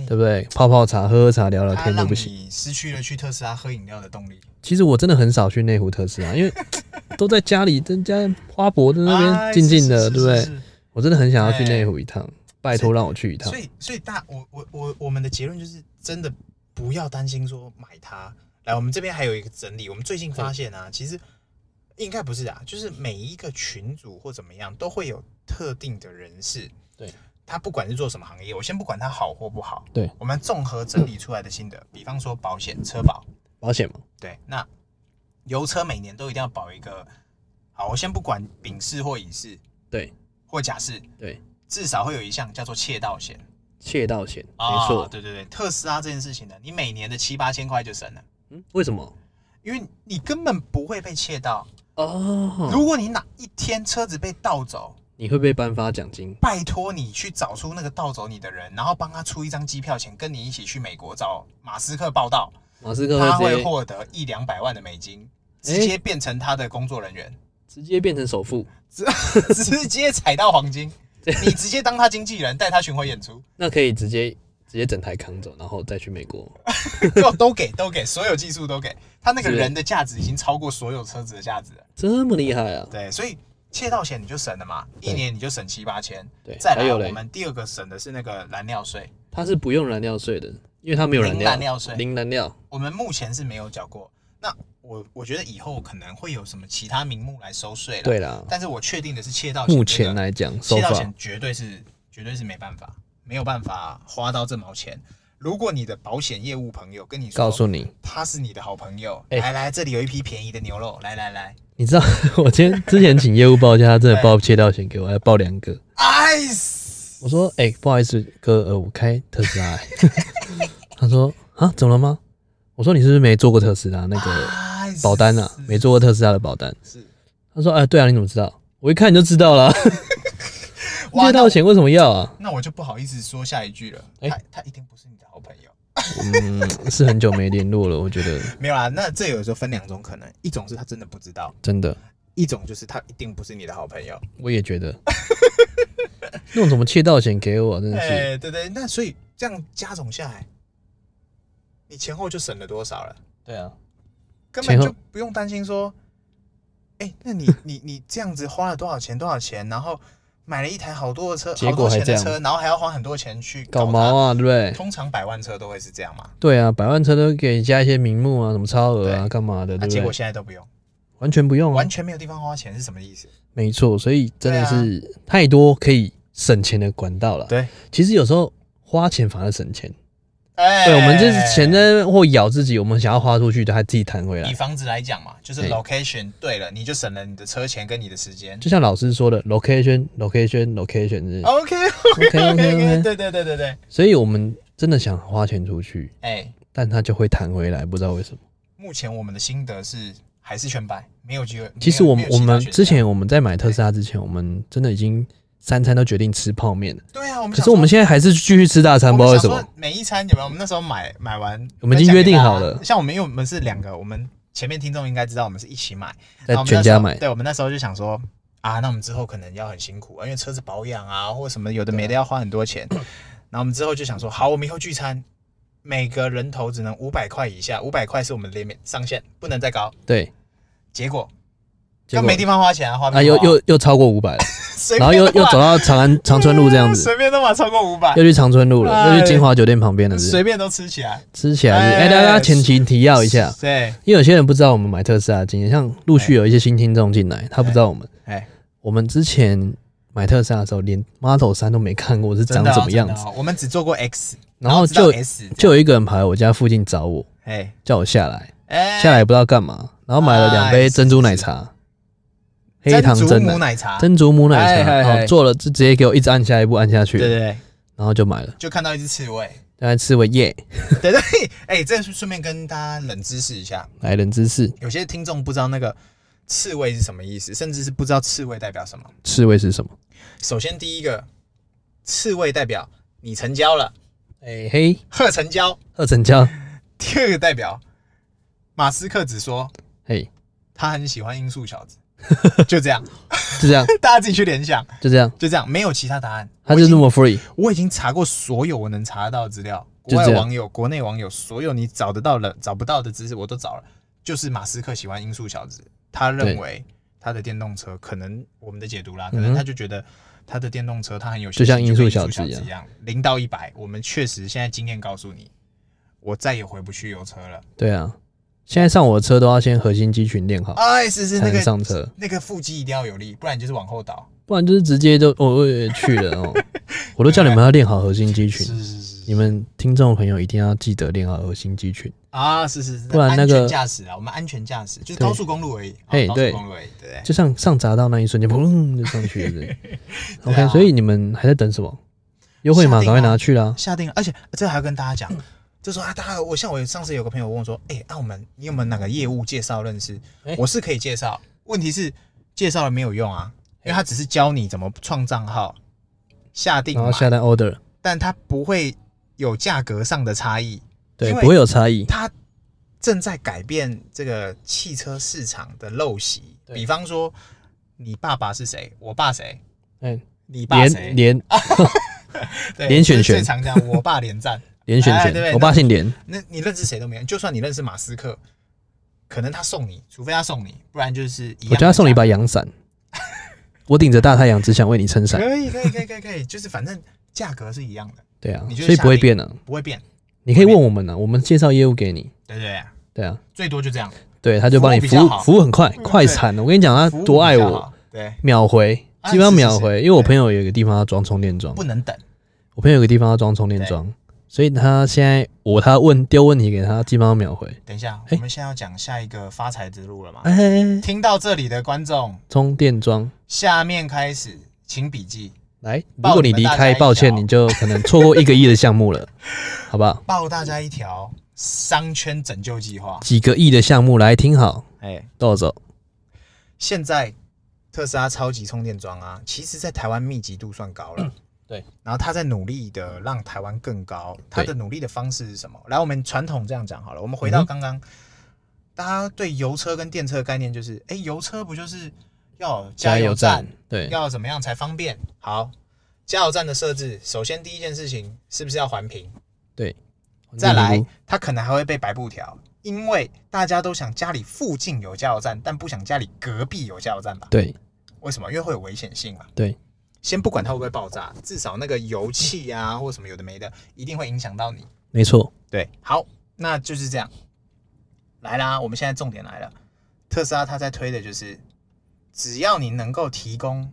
[SPEAKER 1] 对不对？泡泡茶、喝喝茶、聊聊
[SPEAKER 2] 它
[SPEAKER 1] 天都
[SPEAKER 2] 让
[SPEAKER 1] 不行。
[SPEAKER 2] 你失去了去特斯拉喝饮料的动力。
[SPEAKER 1] 其实我真的很少去内湖特斯拉，因为都在家里， 在家花博在那边
[SPEAKER 2] 哎
[SPEAKER 1] 静静的，
[SPEAKER 2] 是是
[SPEAKER 1] 对不
[SPEAKER 2] 是
[SPEAKER 1] 对？
[SPEAKER 2] 是是
[SPEAKER 1] 我真的很想要去
[SPEAKER 2] 哎
[SPEAKER 1] 内湖一趟，拜托让我去一趟
[SPEAKER 2] 所。以，所以大我我我我们的结论就是，真的不要担心说买它。来，我们这边还有一个整理，我们最近
[SPEAKER 1] 嗯
[SPEAKER 2] 发现啊，其实应该不是啊，就是每一个群组或怎么样，都会有特定的人士，
[SPEAKER 1] 对，
[SPEAKER 2] 他不管是做什么行业，我先不管他好或不好，
[SPEAKER 1] 对，
[SPEAKER 2] 我们综合整理出来的心得，比方说保险、车保，
[SPEAKER 1] 保险嘛，
[SPEAKER 2] 对，那油车每年都一定要保一个，好，我先不管丙式或乙式
[SPEAKER 1] 对
[SPEAKER 2] 或甲式，
[SPEAKER 1] 对，
[SPEAKER 2] 至少会有一项叫做窃盗险。
[SPEAKER 1] 窃盗险，
[SPEAKER 2] 啊
[SPEAKER 1] 没错。
[SPEAKER 2] 对对对，特斯拉这件事情呢，你每年的七八千块就省了，
[SPEAKER 1] 嗯，为什么？
[SPEAKER 2] 因为你根本不会被窃盗。
[SPEAKER 1] 哦，
[SPEAKER 2] 如果你哪一天车子被盗走，
[SPEAKER 1] 你会被颁发奖金，
[SPEAKER 2] 拜托你去找出那个盗走你的人，然后帮他出一张机票钱，跟你一起去美国找马斯克报道，
[SPEAKER 1] 马斯克
[SPEAKER 2] 他
[SPEAKER 1] 会直
[SPEAKER 2] 会
[SPEAKER 1] 接
[SPEAKER 2] 获得一两百万的美金，
[SPEAKER 1] 哎
[SPEAKER 2] 直接变成他的工作人员，
[SPEAKER 1] 直接变成首富。
[SPEAKER 2] 直接踩到黄金，你直接当他经纪人，带他巡回演出，
[SPEAKER 1] 那可以直接直接整台扛走，然后再去美国。
[SPEAKER 2] 就都给都给，所有技术都给他那个
[SPEAKER 1] 是
[SPEAKER 2] 人的价值已经超过所有车子的价值了。
[SPEAKER 1] 这么厉害啊！
[SPEAKER 2] 对，所以窃盗险你就省了嘛，一
[SPEAKER 1] 对
[SPEAKER 2] 年你就省七八千。
[SPEAKER 1] 对
[SPEAKER 2] 再来
[SPEAKER 1] 还有嘞
[SPEAKER 2] 我们第二个省的是那个燃料税，
[SPEAKER 1] 它是不用燃料税的，因为它没有燃
[SPEAKER 2] 零
[SPEAKER 1] 料，
[SPEAKER 2] 燃料税
[SPEAKER 1] 零燃料。
[SPEAKER 2] 我们目前是没有缴过。那我我觉得以后可能会有什么其他名目来收税了。，
[SPEAKER 1] 对啦，
[SPEAKER 2] 但是我确定的是窃盗险、
[SPEAKER 1] 目前，来讲，手
[SPEAKER 2] 窃盗
[SPEAKER 1] 法
[SPEAKER 2] 险绝对是绝对是没办法，没有办法花到这毛钱。如果你的保险业务朋友跟你说，
[SPEAKER 1] 告诉你，
[SPEAKER 2] 他是你的好朋友，
[SPEAKER 1] 哎
[SPEAKER 2] 来来，这里有一批便宜的牛肉，来来来，
[SPEAKER 1] 你知道 我今天之前请业务报价，他真的报切到险给我，还报两个。
[SPEAKER 2] 哎死，
[SPEAKER 1] 我说：“哎、不好意思，哥，呃，我开特斯拉、欸。” 他说：“啊，怎么了吗？”我说：“你是不是没做过特斯拉那个
[SPEAKER 2] 哎死
[SPEAKER 1] 保单啊？没做过特斯拉的保单。
[SPEAKER 2] 是，”
[SPEAKER 1] 他说：“哎、对啊，你怎么知道？我一看你就知道了。
[SPEAKER 2] 哇
[SPEAKER 1] 借到钱为什么要啊？
[SPEAKER 2] 那我就不好意思说下一句了。
[SPEAKER 1] 哎
[SPEAKER 2] 他他一定不是你的好朋友。
[SPEAKER 1] 嗯，是很久没联络了，我觉得
[SPEAKER 2] 没有啦，那这有时候分两种可能，一种是他真的不知道，
[SPEAKER 1] 真的，
[SPEAKER 2] 一种就是他一定不是你的好朋友。
[SPEAKER 1] 我也觉得那种什么窃盗钱给我，啊真的嗯是。
[SPEAKER 2] 哎，对对，那所以这样加总下来，你前后就省了多少了？
[SPEAKER 1] 对啊，
[SPEAKER 2] 根
[SPEAKER 1] 前
[SPEAKER 2] 本
[SPEAKER 1] 后
[SPEAKER 2] 就不用担心说，哎、那你你你这样子花了多少钱？多少钱？然后买了一台好多的车，
[SPEAKER 1] 结
[SPEAKER 2] 好
[SPEAKER 1] 果
[SPEAKER 2] 多
[SPEAKER 1] 还
[SPEAKER 2] 钱的
[SPEAKER 1] 这
[SPEAKER 2] 车，然后还要花很多钱去
[SPEAKER 1] 搞
[SPEAKER 2] 它
[SPEAKER 1] 毛啊，对不对？
[SPEAKER 2] 通常百万车都会是这样嘛，
[SPEAKER 1] 对啊，百万车都给你加一些名目啊，什么超额啊，
[SPEAKER 2] 对
[SPEAKER 1] 干嘛的，
[SPEAKER 2] 那、
[SPEAKER 1] 对
[SPEAKER 2] 结
[SPEAKER 1] 不
[SPEAKER 2] 果
[SPEAKER 1] 对？
[SPEAKER 2] 现在都不用，
[SPEAKER 1] 完全不用啊
[SPEAKER 2] 完，全没有地方花钱是什么意思？
[SPEAKER 1] 没错，所以真的
[SPEAKER 2] 对啊
[SPEAKER 1] 是太多可以省钱的管道了。
[SPEAKER 2] 对，
[SPEAKER 1] 其实有时候花钱反而省钱。
[SPEAKER 2] 哎
[SPEAKER 1] 对，我们这是钱呢，或咬自己，我们想要花出去的，还自己弹回
[SPEAKER 2] 以
[SPEAKER 1] 来。
[SPEAKER 2] 房子来讲嘛，就是
[SPEAKER 1] 哎
[SPEAKER 2] location 对了，你就省了你的车钱跟你的时间。
[SPEAKER 1] 就像老师说的，location，location，location，
[SPEAKER 2] OK OK
[SPEAKER 1] OK，OK，OK
[SPEAKER 2] OK OK，对对对对对，
[SPEAKER 1] 所以我们真的想花钱出去，
[SPEAKER 2] 哎、
[SPEAKER 1] 但它就会弹回来，不知道为什么。
[SPEAKER 2] 目前我们的心得是还是全白，没有机会。
[SPEAKER 1] 其实我
[SPEAKER 2] 没
[SPEAKER 1] 们
[SPEAKER 2] 有没有
[SPEAKER 1] 我
[SPEAKER 2] 其他
[SPEAKER 1] 们
[SPEAKER 2] 选项
[SPEAKER 1] 之前我们在买特斯拉之前，我们真的已经三餐都决定吃泡面了。
[SPEAKER 2] 对啊，我们
[SPEAKER 1] 可
[SPEAKER 2] 想
[SPEAKER 1] 是我们
[SPEAKER 2] 说
[SPEAKER 1] 现在还是继续吃大餐，
[SPEAKER 2] 我
[SPEAKER 1] 不知道为
[SPEAKER 2] 们
[SPEAKER 1] 什
[SPEAKER 2] 想
[SPEAKER 1] 么
[SPEAKER 2] 说。每一餐有没有？我们那时候买买完，
[SPEAKER 1] 我们已经约定好了
[SPEAKER 2] 分享给大家像我们，因为我们是两个，我们前面听众应该知道，我们是一起买，
[SPEAKER 1] 在
[SPEAKER 2] 然后我们
[SPEAKER 1] 全
[SPEAKER 2] 那时候
[SPEAKER 1] 家买
[SPEAKER 2] 对，我们那时候就想说啊，那我们之后可能要很辛苦，因为车子保养啊，或什么有的没的要花很多钱。然后我们之后就想说，好，我们以后聚餐，每个人头只能五百块以下，五百块是我们的 limit 上限，不能再高。
[SPEAKER 1] 对，
[SPEAKER 2] 结果
[SPEAKER 1] 结
[SPEAKER 2] 又
[SPEAKER 1] 果
[SPEAKER 2] 没地方花钱啊，花不
[SPEAKER 1] 啊，又
[SPEAKER 2] 花
[SPEAKER 1] 又又超过五 百了，
[SPEAKER 2] 随
[SPEAKER 1] 然后
[SPEAKER 2] 便
[SPEAKER 1] 又
[SPEAKER 2] 都
[SPEAKER 1] 又
[SPEAKER 2] 花
[SPEAKER 1] 走到长安长春路这 样子，
[SPEAKER 2] 随便都嘛超过五百
[SPEAKER 1] 又，去长春路了，
[SPEAKER 2] 哎
[SPEAKER 1] 又去金华酒店旁边了，是不
[SPEAKER 2] 随
[SPEAKER 1] 是
[SPEAKER 2] 便都吃起来。
[SPEAKER 1] 吃起来是。哎，
[SPEAKER 2] 哎
[SPEAKER 1] 大家前情提要一下，
[SPEAKER 2] 对，
[SPEAKER 1] 因为有些人不知道我们买特斯拉的经验，像陆续有一些新听众进来，他不知道我们
[SPEAKER 2] 哎。
[SPEAKER 1] 我们之前买特斯拉的时候，连 Model 三都没看过是
[SPEAKER 2] 真
[SPEAKER 1] 长
[SPEAKER 2] 的哦
[SPEAKER 1] 什么样
[SPEAKER 2] 真
[SPEAKER 1] 子，
[SPEAKER 2] 的哦我们只做过 X，
[SPEAKER 1] 然后
[SPEAKER 2] 知
[SPEAKER 1] 就
[SPEAKER 2] 道 S，
[SPEAKER 1] 就有一个人跑来我家附近找我，
[SPEAKER 2] 哎
[SPEAKER 1] 叫我下来，
[SPEAKER 2] 哎，
[SPEAKER 1] 下来也不知道干嘛，然后买了两杯
[SPEAKER 2] 哎
[SPEAKER 1] 珍珠奶茶，黑糖
[SPEAKER 2] 珍珠
[SPEAKER 1] 珍
[SPEAKER 2] 母
[SPEAKER 1] 奶。
[SPEAKER 2] 奶茶，
[SPEAKER 1] 珍珠母奶
[SPEAKER 2] 哎
[SPEAKER 1] 茶，
[SPEAKER 2] 哎
[SPEAKER 1] 然后
[SPEAKER 2] 哎
[SPEAKER 1] 做了就直接给我一直按下一步按下去，
[SPEAKER 2] 对对对，
[SPEAKER 1] 然后就买了。
[SPEAKER 2] 就看到一只刺猬，
[SPEAKER 1] 大家吃为耶，
[SPEAKER 2] 对对，哎，这顺便跟大家冷知识一下，
[SPEAKER 1] 来人之士，
[SPEAKER 2] 有些听众不知道那个刺猬是什么意思，甚至是不知道刺猬代表什么。
[SPEAKER 1] 刺猬是什么？
[SPEAKER 2] 首先第一个，刺猬代表你成交了，
[SPEAKER 1] 哎嘿，
[SPEAKER 2] 贺成交；
[SPEAKER 1] 贺成交，
[SPEAKER 2] 第二个代表马斯克只说
[SPEAKER 1] 嘿，
[SPEAKER 2] 他很喜欢音速小子，就这样，
[SPEAKER 1] 就这样，
[SPEAKER 2] 大家自己去联想，
[SPEAKER 1] 就这样，
[SPEAKER 2] 就这样，没有其他答案。
[SPEAKER 1] 他就这么 free，
[SPEAKER 2] 我已经查过所有我能查得到的资料，
[SPEAKER 1] 就
[SPEAKER 2] 国外
[SPEAKER 1] 这样
[SPEAKER 2] 网友、国内网友，所有你找得到的、找不到的知识我都找了。就是马斯克喜欢音速小子，他认为他的电动车可能我们的解读啦，可
[SPEAKER 1] 嗯
[SPEAKER 2] 能
[SPEAKER 1] 哼
[SPEAKER 2] 他就觉得他的电动车他很有信
[SPEAKER 1] 就
[SPEAKER 2] 心，
[SPEAKER 1] 像音速
[SPEAKER 2] 跟
[SPEAKER 1] 小
[SPEAKER 2] 小
[SPEAKER 1] 子一样
[SPEAKER 2] 一样，零到一百，我们确实现在经验告诉你，我再也回不去油车了。
[SPEAKER 1] 对啊。现在上我的车都要先核心肌群练好，
[SPEAKER 2] 哎，是是
[SPEAKER 1] 才
[SPEAKER 2] 那
[SPEAKER 1] 能
[SPEAKER 2] 个
[SPEAKER 1] 上车
[SPEAKER 2] 那个腹肌一定要有力，不然你就是往后倒。
[SPEAKER 1] 不然就是直接就哦我也去了 哦。我都叫你们要练好核心肌群，
[SPEAKER 2] 是是
[SPEAKER 1] 你们听众朋友一定要记得练好核心肌群。
[SPEAKER 2] 啊，是是是，
[SPEAKER 1] 不然那个
[SPEAKER 2] 安全驾驶啊，我们安全驾驶就是
[SPEAKER 1] 对
[SPEAKER 2] 高速公路而已，
[SPEAKER 1] 嘿
[SPEAKER 2] 哦高
[SPEAKER 1] 对
[SPEAKER 2] 速公路而已，对不对？
[SPEAKER 1] 就像上匝道那一瞬间， 砰就上去了对。
[SPEAKER 2] 对
[SPEAKER 1] OK，
[SPEAKER 2] 啊
[SPEAKER 1] 所以你们还在等什么？优惠码
[SPEAKER 2] 下定
[SPEAKER 1] 赶快
[SPEAKER 2] 啊
[SPEAKER 1] 拿去啦！
[SPEAKER 2] 下定了，而且这还要跟大家
[SPEAKER 1] 嗯
[SPEAKER 2] 讲，就说啊，大家，我像我上次有个朋友问我说，哎、那我们你有没有哪个业务介绍认识？
[SPEAKER 1] 哎
[SPEAKER 2] 我是可以介绍，问题是介绍了没有用啊，因为他只是教你怎么创账号、下定
[SPEAKER 1] 然后
[SPEAKER 2] 买，
[SPEAKER 1] 下单 order，
[SPEAKER 2] 但他不会有价格上的差异，
[SPEAKER 1] 对
[SPEAKER 2] 因，为
[SPEAKER 1] 不会有差异。
[SPEAKER 2] 他正在改变这个汽车市场的陋习，
[SPEAKER 1] 对
[SPEAKER 2] 比方说你爸爸是谁，我爸谁，
[SPEAKER 1] 嗯，
[SPEAKER 2] 你爸谁啊
[SPEAKER 1] 连，连
[SPEAKER 2] 对
[SPEAKER 1] 连选
[SPEAKER 2] 这是最
[SPEAKER 1] 选
[SPEAKER 2] 常讲我爸连战。
[SPEAKER 1] 连选
[SPEAKER 2] 哎对
[SPEAKER 1] 选，
[SPEAKER 2] 对
[SPEAKER 1] 我爸
[SPEAKER 2] 那
[SPEAKER 1] 姓连，
[SPEAKER 2] 那你认识谁都没有，就算你认识马斯克，可能他送你，除非他送你，不然就是一样。
[SPEAKER 1] 我叫他送你一把，阳 伞。我顶着大太阳，只想为你撑伞。
[SPEAKER 2] 可以可以可以可以可以，就是反正价格是一样的，
[SPEAKER 1] 对啊，
[SPEAKER 2] 你就是
[SPEAKER 1] 所以不会变啊。
[SPEAKER 2] 不会变，
[SPEAKER 1] 你可以问我们啊，我们介绍业务给你。
[SPEAKER 2] 对不对？
[SPEAKER 1] 对啊，
[SPEAKER 2] 最多就这样，
[SPEAKER 1] 对，他就帮你
[SPEAKER 2] 服务比
[SPEAKER 1] 服
[SPEAKER 2] 较
[SPEAKER 1] 务，
[SPEAKER 2] 好嗯
[SPEAKER 1] 服务很快，快惨了。我跟你讲，他
[SPEAKER 2] 服务
[SPEAKER 1] 多爱
[SPEAKER 2] 比较
[SPEAKER 1] 我，
[SPEAKER 2] 好，对，
[SPEAKER 1] 秒回，
[SPEAKER 2] 啊
[SPEAKER 1] 基本上
[SPEAKER 2] 是是
[SPEAKER 1] 秒
[SPEAKER 2] 是
[SPEAKER 1] 回。因为我
[SPEAKER 2] 对
[SPEAKER 1] 朋友有一个地方要装充电桩
[SPEAKER 2] 不，能等，
[SPEAKER 1] 我朋友有个地方要装充电桩，所以他现在我他问丢问题给他，基本上秒回。
[SPEAKER 2] 等一下，
[SPEAKER 1] 哎
[SPEAKER 2] 我们现在要讲下一个发财之路了嘛？
[SPEAKER 1] 哎，
[SPEAKER 2] 听到这里的观众，
[SPEAKER 1] 充电桩
[SPEAKER 2] 下面开始，请笔记，
[SPEAKER 1] 来，如
[SPEAKER 2] 抱
[SPEAKER 1] 果
[SPEAKER 2] 你
[SPEAKER 1] 你
[SPEAKER 2] 们
[SPEAKER 1] 离
[SPEAKER 2] 大
[SPEAKER 1] 开，
[SPEAKER 2] 家一
[SPEAKER 1] 抱歉，
[SPEAKER 2] 条
[SPEAKER 1] 你就可能错过一个亿的项目 了，好不好？
[SPEAKER 2] 报大家一条商圈拯救计划。
[SPEAKER 1] 几个亿的项目来听好，
[SPEAKER 2] 哎、
[SPEAKER 1] 豆子
[SPEAKER 2] 现在特斯拉超级充电桩啊，其实在台湾密集度算高了。
[SPEAKER 1] 对，
[SPEAKER 2] 然后他在努力的让台湾更高，他的努力的方式是什么？来，我们传统这样讲好了，我们回
[SPEAKER 1] 嗯
[SPEAKER 2] 到
[SPEAKER 1] 哼
[SPEAKER 2] 刚刚，大家对油车跟电车的概念就是，哎、油车不就是要有加油站，，
[SPEAKER 1] 对，
[SPEAKER 2] 要怎么样才方便？好，加油站的设置，首先第一件事情是不是要环评？再
[SPEAKER 1] 嗯
[SPEAKER 2] 来，它可能还会被白布条，因为大家都想家里附近有加油站，但不想家里隔壁有加油站吧？
[SPEAKER 1] 对
[SPEAKER 2] 为什么？因为会有危险性嘛。
[SPEAKER 1] 对，
[SPEAKER 2] 先不管它会不会爆炸，至少那个油气 啊或什么有的没的，一定会影响到你。
[SPEAKER 1] 没错，
[SPEAKER 2] 对，好，那就是这样。来啦，我们现在重点来了，特斯拉它在推的就是，只要你能够提供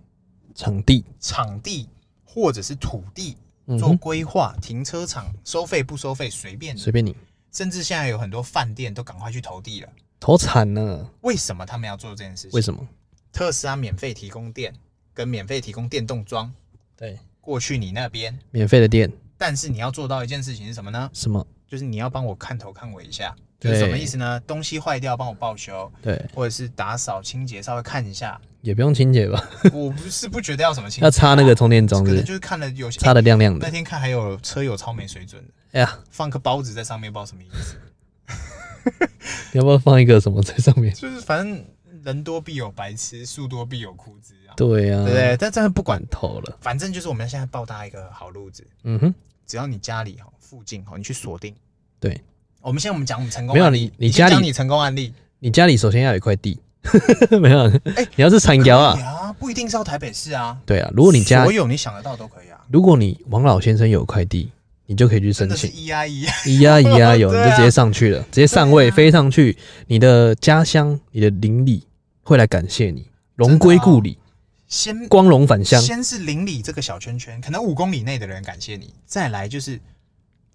[SPEAKER 1] 场地，
[SPEAKER 2] 场地或者是土地
[SPEAKER 1] 嗯
[SPEAKER 2] 做
[SPEAKER 1] 哼，
[SPEAKER 2] 规划，停车场收费不收费随便你，
[SPEAKER 1] 随便你，
[SPEAKER 2] 甚至现在有很多饭店都赶快去投递了。
[SPEAKER 1] 投产呢？
[SPEAKER 2] 为什么他们要做这件事情？
[SPEAKER 1] 为
[SPEAKER 2] 么
[SPEAKER 1] 什么？
[SPEAKER 2] 特斯拉免费提供电跟免费提供电动桩
[SPEAKER 1] 对，
[SPEAKER 2] 过去你那边？
[SPEAKER 1] 免费的店
[SPEAKER 2] 但是你要做到一件事情是什么呢？
[SPEAKER 1] 什么？
[SPEAKER 2] 就是你要帮我看头看尾一下，就是
[SPEAKER 1] 对
[SPEAKER 2] 什么意思呢？东西坏掉帮我报修，
[SPEAKER 1] 对，
[SPEAKER 2] 或者是打扫清洁稍微看一 下。
[SPEAKER 1] 也不用清洁吧？
[SPEAKER 2] 我不是不觉得要什么清洁啊，
[SPEAKER 1] 要擦那个充电桩
[SPEAKER 2] 可
[SPEAKER 1] 是不
[SPEAKER 2] 能
[SPEAKER 1] 是？
[SPEAKER 2] 就是看了有些
[SPEAKER 1] 擦的亮亮
[SPEAKER 2] 那
[SPEAKER 1] 的。
[SPEAKER 2] 天看还有车友超没水准的，
[SPEAKER 1] 哎呀，
[SPEAKER 2] 放颗包子在上面，不知道什么意思。
[SPEAKER 1] 要不要放一个什么在上面？
[SPEAKER 2] 就是反正人多必有白痴，树多必有枯枝啊，
[SPEAKER 1] 对呀、
[SPEAKER 2] 对不对？但真的不管
[SPEAKER 1] 管，头了。
[SPEAKER 2] 反正就是我们现在报大家一个好路子，
[SPEAKER 1] 嗯哼，
[SPEAKER 2] 只要你家里哈附近哈，你去锁定。
[SPEAKER 1] 对
[SPEAKER 2] 我们现在我们讲我们成功
[SPEAKER 1] 没有啊
[SPEAKER 2] 案例
[SPEAKER 1] 你你
[SPEAKER 2] 先
[SPEAKER 1] 家里
[SPEAKER 2] 讲你成功案例，
[SPEAKER 1] 你家里首先要有一块地， 没有？啊你要是产条
[SPEAKER 2] 可以
[SPEAKER 1] 哎啊，
[SPEAKER 2] 啊，不一定是要台北市啊。
[SPEAKER 1] 对啊。如果你家
[SPEAKER 2] 所，有你想得到都可以啊，
[SPEAKER 1] 如果你王老先生有块地，你就可以去
[SPEAKER 2] 真
[SPEAKER 1] 申
[SPEAKER 2] 的是
[SPEAKER 1] 请。
[SPEAKER 2] 一啊一，
[SPEAKER 1] 咿 呀咿呀有，
[SPEAKER 2] 对
[SPEAKER 1] 你
[SPEAKER 2] 啊
[SPEAKER 1] 就直接上去了，直接上位飞上去，你的家乡、你的邻里会来感谢你，荣归故里，
[SPEAKER 2] 先
[SPEAKER 1] 光荣返乡。
[SPEAKER 2] 先哦是邻里这个小圈圈，可能五公里内的人感谢你，再来就是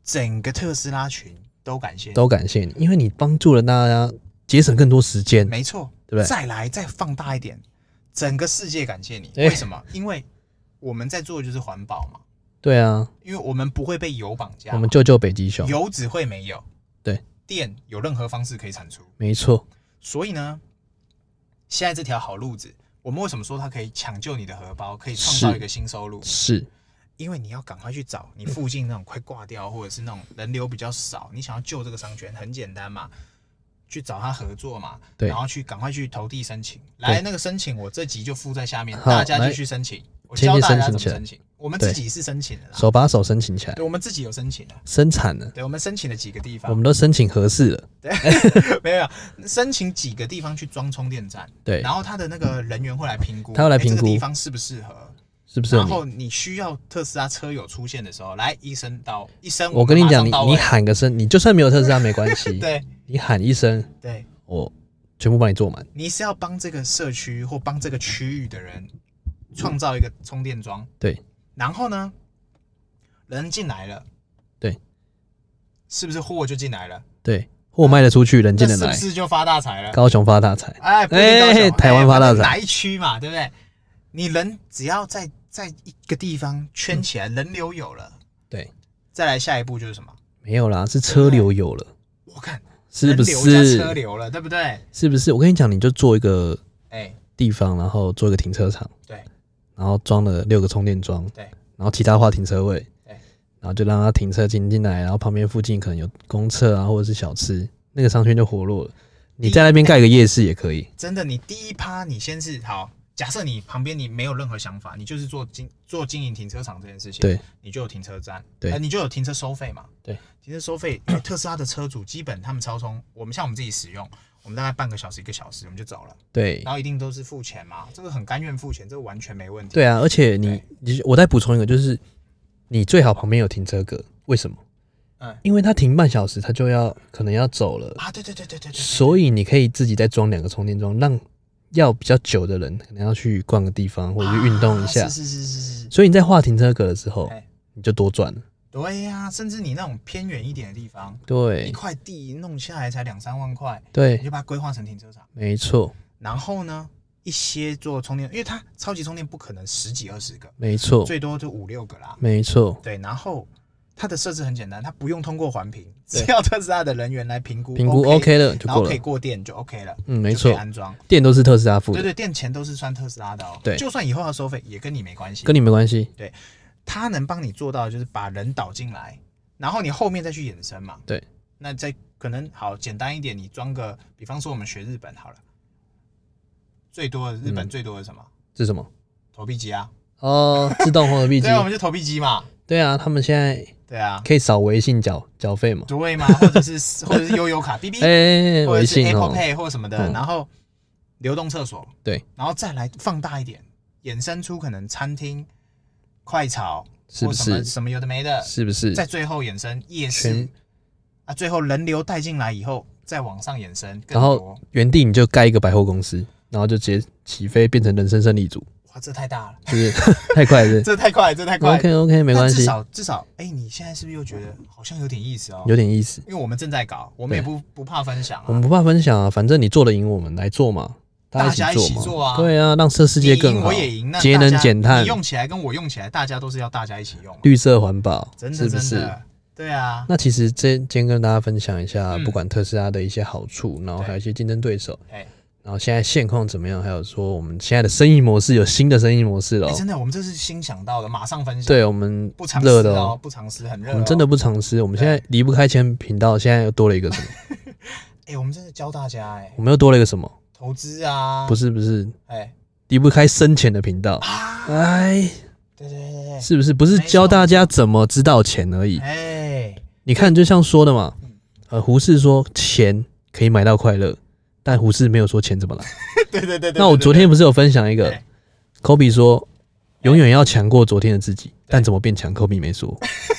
[SPEAKER 2] 整个特斯拉群都感谢你，
[SPEAKER 1] 都感谢你，因为你帮助了大家节省更多时间。
[SPEAKER 2] 没错，
[SPEAKER 1] 对不对
[SPEAKER 2] 再来再放大一点，整个世界感谢你，
[SPEAKER 1] 哎
[SPEAKER 2] 为什么？因为我们在做的就是环保嘛，
[SPEAKER 1] 对啊，
[SPEAKER 2] 因为我们不会被油绑架嘛，
[SPEAKER 1] 我们救救北极熊，
[SPEAKER 2] 油只会没有，
[SPEAKER 1] 对，
[SPEAKER 2] 电有任何方式可以产出，
[SPEAKER 1] 没错，
[SPEAKER 2] 所以呢，现在这条好路子，我们为什么说它可以抢救你的荷包，可以创造
[SPEAKER 1] 是
[SPEAKER 2] 一个新收入？
[SPEAKER 1] 是
[SPEAKER 2] 因为你要赶快去找你附近那种快挂掉，或者是那种人流比较少，你想要救这个商圈，很简单嘛，去找他合作嘛，
[SPEAKER 1] 对
[SPEAKER 2] 然后去赶快去投递申请。来，那个申请我这集就附在下面，
[SPEAKER 1] 好
[SPEAKER 2] 大家就
[SPEAKER 1] 来
[SPEAKER 2] 去申请，我
[SPEAKER 1] 先
[SPEAKER 2] 教
[SPEAKER 1] 去
[SPEAKER 2] 大家
[SPEAKER 1] 申请
[SPEAKER 2] 怎么
[SPEAKER 1] 起来
[SPEAKER 2] 申请。我们
[SPEAKER 1] 对
[SPEAKER 2] 自己是申请的啦，
[SPEAKER 1] 手把手申请起来
[SPEAKER 2] 对，，我们自己有申请的，
[SPEAKER 1] 生产了，
[SPEAKER 2] 对，我们申请了几个地
[SPEAKER 1] 我
[SPEAKER 2] 方，
[SPEAKER 1] 们都申请合适了。
[SPEAKER 2] 没有没有申请几个地方去装充电站，
[SPEAKER 1] 对
[SPEAKER 2] 然，后他的那个人员会来评估，
[SPEAKER 1] 他会来
[SPEAKER 2] 诶这
[SPEAKER 1] 评
[SPEAKER 2] 个
[SPEAKER 1] 估
[SPEAKER 2] 地方适不适合，
[SPEAKER 1] 是不是有
[SPEAKER 2] 然
[SPEAKER 1] 你？
[SPEAKER 2] 后你需要特斯拉车友出现的时候，来一声到一声，
[SPEAKER 1] 我跟你讲，你
[SPEAKER 2] 们马上到
[SPEAKER 1] 你
[SPEAKER 2] 位
[SPEAKER 1] 喊个声，你就算没有特斯 拉没关系，
[SPEAKER 2] 对
[SPEAKER 1] 你喊一声，
[SPEAKER 2] 对，
[SPEAKER 1] 我全部帮你做满。
[SPEAKER 2] 你是要帮这个社区或帮这个区域的人创造一个充电桩，
[SPEAKER 1] 对，
[SPEAKER 2] 然后呢，人进来了，
[SPEAKER 1] 对，
[SPEAKER 2] 是不是货就进来了？
[SPEAKER 1] 对，货卖得出去，人进得
[SPEAKER 2] 那是
[SPEAKER 1] 来
[SPEAKER 2] 不，是就发大财了？
[SPEAKER 1] 高雄发大财。
[SPEAKER 2] 哎，不一定高雄
[SPEAKER 1] 哎
[SPEAKER 2] 哎
[SPEAKER 1] 台湾发大财
[SPEAKER 2] 反正哪一区嘛，对不对？你人只要在在一个地方圈起
[SPEAKER 1] 嗯
[SPEAKER 2] 来，人流有了，
[SPEAKER 1] 对，
[SPEAKER 2] 再来下一步就是什么？
[SPEAKER 1] 没有啦，是车流有了，
[SPEAKER 2] 我看
[SPEAKER 1] 是不
[SPEAKER 2] 哎人流加车
[SPEAKER 1] 是？
[SPEAKER 2] 流了，对不对？
[SPEAKER 1] 是不是？我跟你讲，你就做一个
[SPEAKER 2] 哎，
[SPEAKER 1] 地方，然后做一个停车场，
[SPEAKER 2] 对
[SPEAKER 1] 然后装了六个充电桩，
[SPEAKER 2] 对，
[SPEAKER 1] 然后其他划停车位，
[SPEAKER 2] 对
[SPEAKER 1] 然后就让它停车进进来，然后旁边附近可能有公厕啊，或者是小吃，那个商圈就活络了。你在那边盖个夜市也可以，
[SPEAKER 2] 真的，你第一趴你先是好，假设你旁边你没有任何想法，你就是做经做经营停车场这件事情，
[SPEAKER 1] 对，
[SPEAKER 2] 你就有停车站，
[SPEAKER 1] 对
[SPEAKER 2] 呃你就有停车收费嘛，
[SPEAKER 1] 对，
[SPEAKER 2] 停车收费， 因为特斯拉的车主基本他们超充，我们像我们自己使用，我们大概半个小时一个小时我们就走了，
[SPEAKER 1] 对
[SPEAKER 2] 然后一定都是付钱嘛，这个很甘愿付钱，这个完全没问题，
[SPEAKER 1] 对啊，而且你你我再补充一个，就是你最好旁边有停车格，为什么？
[SPEAKER 2] 嗯
[SPEAKER 1] 因为他停半小时，他就要可能要走了，
[SPEAKER 2] 啊，对对对对对对，
[SPEAKER 1] 所以你可以自己再装两个充电桩，让要比较久的人可能要去逛个地方或者去运动一下。
[SPEAKER 2] 啊啊是是是是是，
[SPEAKER 1] 所以你在画停车格的时候
[SPEAKER 2] 哎，
[SPEAKER 1] 你就多赚了。
[SPEAKER 2] 对呀、甚至你那种偏远一点的地方，一
[SPEAKER 1] 对
[SPEAKER 2] 块地弄下来才两三万块，你
[SPEAKER 1] 对，
[SPEAKER 2] 就把它规划成停车场。
[SPEAKER 1] 没错
[SPEAKER 2] 然后呢，一些做充电，因为它超级充电不可能十几二十个，
[SPEAKER 1] 没错
[SPEAKER 2] 最多就五六个啦。
[SPEAKER 1] 没错，
[SPEAKER 2] 对，然后它的设置很简单，它不用通过环评，
[SPEAKER 1] 对
[SPEAKER 2] 只要特斯拉的人员来评估，
[SPEAKER 1] 评估 OK 了就
[SPEAKER 2] 然后
[SPEAKER 1] 过
[SPEAKER 2] 可以
[SPEAKER 1] 了。
[SPEAKER 2] 过电就 OK 了，
[SPEAKER 1] 嗯，没
[SPEAKER 2] 就可以
[SPEAKER 1] 错，
[SPEAKER 2] 安装。
[SPEAKER 1] 电都是特斯拉付
[SPEAKER 2] 对
[SPEAKER 1] 的，
[SPEAKER 2] 对，电钱都是算特斯拉的哦。
[SPEAKER 1] 对
[SPEAKER 2] 就算以后要收费，也跟你没关系。
[SPEAKER 1] 跟你没关系。
[SPEAKER 2] 它能帮你做到的就是把人导进来，然后你后面再去衍生嘛。
[SPEAKER 1] 对，
[SPEAKER 2] 那再可能好简单一点，你装个，比方说我们学日本好了，最多的日本
[SPEAKER 1] 嗯
[SPEAKER 2] 最多的什么？
[SPEAKER 1] 这是什么？
[SPEAKER 2] 投币机啊，
[SPEAKER 1] 哦，自动红的币机
[SPEAKER 2] 对。啊，我们就投币机嘛，
[SPEAKER 1] 对啊，他们现在
[SPEAKER 2] 对啊，
[SPEAKER 1] 可以扫微信缴缴费嘛？
[SPEAKER 2] 对嘛，或 者是或者是悠游卡 BB，、
[SPEAKER 1] 哎，
[SPEAKER 2] 或
[SPEAKER 1] 微
[SPEAKER 2] 者是
[SPEAKER 1] 信
[SPEAKER 2] Apple
[SPEAKER 1] 哦，
[SPEAKER 2] Pay 或什么的，
[SPEAKER 1] 嗯
[SPEAKER 2] 然后流动厕所，
[SPEAKER 1] 对，
[SPEAKER 2] 然后再来放大一点，衍生出可能餐厅、快炒
[SPEAKER 1] 是不
[SPEAKER 2] 或什么
[SPEAKER 1] 是？
[SPEAKER 2] 什么有的没的，
[SPEAKER 1] 是不是？
[SPEAKER 2] 在最后衍生夜市
[SPEAKER 1] 全
[SPEAKER 2] 啊，最后人流带进来以后，再往上衍生
[SPEAKER 1] 然
[SPEAKER 2] 更多
[SPEAKER 1] 后。原地你就盖一个百货公司，然后就直接起飞变成人生胜利组，
[SPEAKER 2] 哇，这太大了，
[SPEAKER 1] 是不是？ 太快了是不是
[SPEAKER 2] 这太快了，这太快了。
[SPEAKER 1] ？OK OK，没
[SPEAKER 2] 但
[SPEAKER 1] 关
[SPEAKER 2] 至
[SPEAKER 1] 系，
[SPEAKER 2] 少至少，哎、你现在是不是又觉得好像有点意思哦？
[SPEAKER 1] 有点意思。
[SPEAKER 2] 因为我们正在搞，我们也
[SPEAKER 1] 对
[SPEAKER 2] 不不怕分享
[SPEAKER 1] 我
[SPEAKER 2] 啊
[SPEAKER 1] 们。不怕分享啊，反正你做得赢我们来做嘛，
[SPEAKER 2] 大
[SPEAKER 1] 家
[SPEAKER 2] 家
[SPEAKER 1] 一
[SPEAKER 2] 一
[SPEAKER 1] 嘛。
[SPEAKER 2] 起做啊
[SPEAKER 1] 对啊，让这世
[SPEAKER 2] 你
[SPEAKER 1] 界
[SPEAKER 2] 赢
[SPEAKER 1] 更好
[SPEAKER 2] 我也赢，那，
[SPEAKER 1] 节
[SPEAKER 2] 大
[SPEAKER 1] 能
[SPEAKER 2] 家
[SPEAKER 1] 减碳
[SPEAKER 2] 你，用起来跟我用起来，大家都是要大家一起用嘛，
[SPEAKER 1] 绿色环保，
[SPEAKER 2] 真的
[SPEAKER 1] 是
[SPEAKER 2] 真
[SPEAKER 1] 不
[SPEAKER 2] 的，
[SPEAKER 1] 是？
[SPEAKER 2] 对啊，
[SPEAKER 1] 那其实这今天跟大家分享一下，
[SPEAKER 2] 嗯
[SPEAKER 1] 不管特斯拉的一些好处，然后还有一些竞争对手，
[SPEAKER 2] 哎、
[SPEAKER 1] 然后现在现况怎么样，还有说我们现在的生意模式有新的生意模式了
[SPEAKER 2] 哎
[SPEAKER 1] 哦。
[SPEAKER 2] 真的，我们这是新想到的，马上分享，，
[SPEAKER 1] 对，我们
[SPEAKER 2] 不尝试
[SPEAKER 1] 热的
[SPEAKER 2] 哦，，不尝试，很热、哦，
[SPEAKER 1] 我们真的，不尝试，我们现在离不开前频道，现在又多了一个什么？
[SPEAKER 2] 哎、我们真的教大家、哎，
[SPEAKER 1] 我们又多了一个什么？
[SPEAKER 2] 投资啊，
[SPEAKER 1] 不，是不是，
[SPEAKER 2] 哎、
[SPEAKER 1] 离不开深浅的频道。
[SPEAKER 2] 啊，
[SPEAKER 1] 哎，
[SPEAKER 2] 对对对对
[SPEAKER 1] 是不是不是
[SPEAKER 2] 没错
[SPEAKER 1] 教大家怎么知道钱而已
[SPEAKER 2] 对，？哎、
[SPEAKER 1] 你看，就像说的嘛
[SPEAKER 2] 嗯，
[SPEAKER 1] 呃，胡适说钱可以买到快乐，但胡适没有说钱怎么来。
[SPEAKER 2] 对对对对，
[SPEAKER 1] 那我
[SPEAKER 2] 对
[SPEAKER 1] 昨天不是有分享一
[SPEAKER 2] 对
[SPEAKER 1] 个
[SPEAKER 2] 对
[SPEAKER 1] 科比说，永远要强过昨天的自己，但怎么变强，科比没说。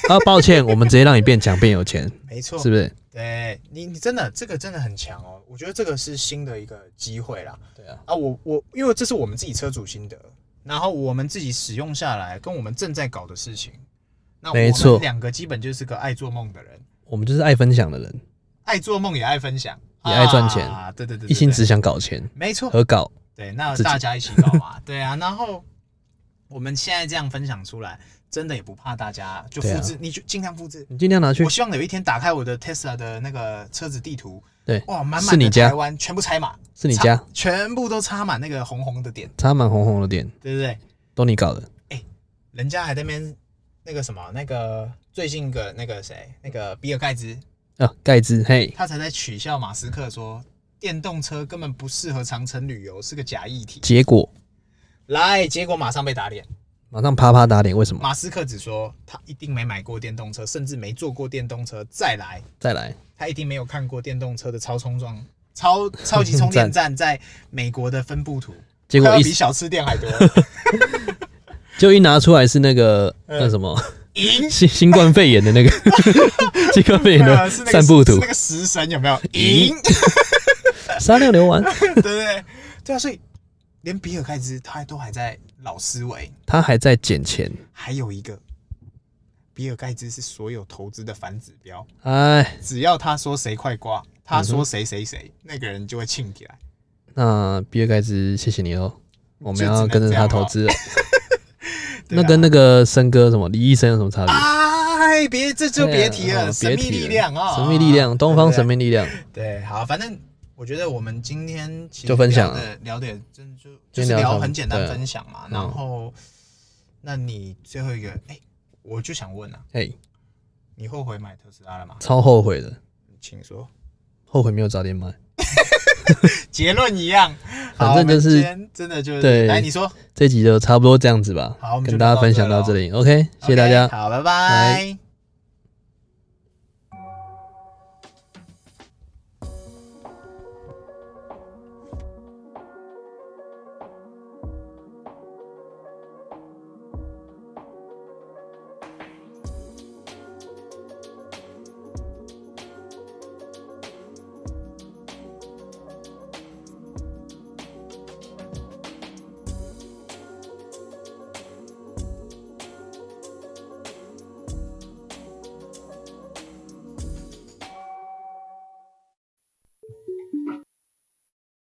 [SPEAKER 1] 啊，抱歉，我们直接让你变强变有 钱，
[SPEAKER 2] 没错，
[SPEAKER 1] 是不是？
[SPEAKER 2] 对你，你真的这个真的很强哦，我觉得这个是新的一个机会啦。
[SPEAKER 1] 对啊，
[SPEAKER 2] 啊，我我因为这是我们自己车主心得，然后我们自己使用下来，跟我们正在搞的事情，那我
[SPEAKER 1] 没错
[SPEAKER 2] 们两个基本就是个爱做梦的人，
[SPEAKER 1] 我们就是爱分享的人，
[SPEAKER 2] 爱做梦也爱分享，
[SPEAKER 1] 也爱赚钱
[SPEAKER 2] 啊，对对对对
[SPEAKER 1] 一心
[SPEAKER 2] 对
[SPEAKER 1] 只想搞钱
[SPEAKER 2] 没错，
[SPEAKER 1] 和搞。
[SPEAKER 2] 对，那
[SPEAKER 1] 自己
[SPEAKER 2] 大家一起搞嘛，对啊，然后我们现在这样分享出来，真的也不怕大家就复
[SPEAKER 1] 对啊
[SPEAKER 2] 制，你就尽量复制。
[SPEAKER 1] 你尽量拿去
[SPEAKER 2] 我，希望有一天打开我的 Tesla 的那个车子地图，
[SPEAKER 1] 对
[SPEAKER 2] 哇，满
[SPEAKER 1] 是
[SPEAKER 2] 满
[SPEAKER 1] 你
[SPEAKER 2] 的
[SPEAKER 1] 家
[SPEAKER 2] 台湾全部拆满，
[SPEAKER 1] 是你家
[SPEAKER 2] 插全部都插满那个红红的点，
[SPEAKER 1] 插满红红的点，
[SPEAKER 2] 对不对？
[SPEAKER 1] 都你搞的。
[SPEAKER 2] 人家还在那边那个什么，那个最近一个那个谁，那个比尔盖茨，
[SPEAKER 1] 啊，盖茨，嘿，
[SPEAKER 2] 他才在取笑马斯克说电动车根本不适合长城旅游，是个假议题。
[SPEAKER 1] 结果
[SPEAKER 2] 来，结果马上被打脸。
[SPEAKER 1] 马上啪啪打脸，为什么？
[SPEAKER 2] 马斯克只说他一定没买过电动车，甚至没坐过电动车。再来，
[SPEAKER 1] 再来，
[SPEAKER 2] 他一定没有看过电动车的超充桩、超超级充电 站在美国的分布图，
[SPEAKER 1] 结
[SPEAKER 2] 快
[SPEAKER 1] 果
[SPEAKER 2] 要
[SPEAKER 1] 一
[SPEAKER 2] 比小吃店 还多。
[SPEAKER 1] 就一拿出来是那个那什
[SPEAKER 2] 呃
[SPEAKER 1] 么
[SPEAKER 2] 赢
[SPEAKER 1] 新新冠肺炎的 那个新冠肺炎的
[SPEAKER 2] 呃是那个
[SPEAKER 1] 散步
[SPEAKER 2] 是
[SPEAKER 1] 图
[SPEAKER 2] 那，个食神有没有赢？
[SPEAKER 1] 杀六流丸，
[SPEAKER 2] 对不对？对啊，所以连比尔盖茨他都还在老思维。
[SPEAKER 1] 他还在捡钱，
[SPEAKER 2] 还有一个，比尔盖茨是所有投资的反指标，
[SPEAKER 1] 哎，
[SPEAKER 2] 只要他说谁快挂，他说谁谁谁，那个人就会庆起来。
[SPEAKER 1] 嗯那比尔盖茨，谢谢你哦，我们要跟着他投资了。
[SPEAKER 2] 对 啊
[SPEAKER 1] 那跟那个森哥什么李医生有什么差别？
[SPEAKER 2] 哎，别这就别提
[SPEAKER 1] 对啊
[SPEAKER 2] 了，
[SPEAKER 1] 哦
[SPEAKER 2] 神
[SPEAKER 1] 别提
[SPEAKER 2] 秘力量啊，
[SPEAKER 1] 哦神秘力量，东方神
[SPEAKER 2] 秘
[SPEAKER 1] 秘力量，
[SPEAKER 2] 对，好，反正我觉得我们今天其实
[SPEAKER 1] 就分享啊
[SPEAKER 2] 聊的聊的也真就就
[SPEAKER 1] 今天
[SPEAKER 2] 是
[SPEAKER 1] 聊
[SPEAKER 2] 聊
[SPEAKER 1] 什么
[SPEAKER 2] 很简单
[SPEAKER 1] 对啊
[SPEAKER 2] 分享嘛，
[SPEAKER 1] 嗯
[SPEAKER 2] 然后那你最后一个，哎，我就想问啊，
[SPEAKER 1] 哎，
[SPEAKER 2] 你后悔买特斯拉了吗？
[SPEAKER 1] 超后悔的，
[SPEAKER 2] 请说，
[SPEAKER 1] 后悔没有早点买。
[SPEAKER 2] 结论一样，
[SPEAKER 1] 反正
[SPEAKER 2] 好
[SPEAKER 1] 就
[SPEAKER 2] 我们今
[SPEAKER 1] 是
[SPEAKER 2] 天真的就是
[SPEAKER 1] 对
[SPEAKER 2] 来你说，
[SPEAKER 1] 这集就差不多这样子吧，
[SPEAKER 2] 好我们就
[SPEAKER 1] 跟大家分享到这里。OK，谢谢大家
[SPEAKER 2] OK，。好，拜拜。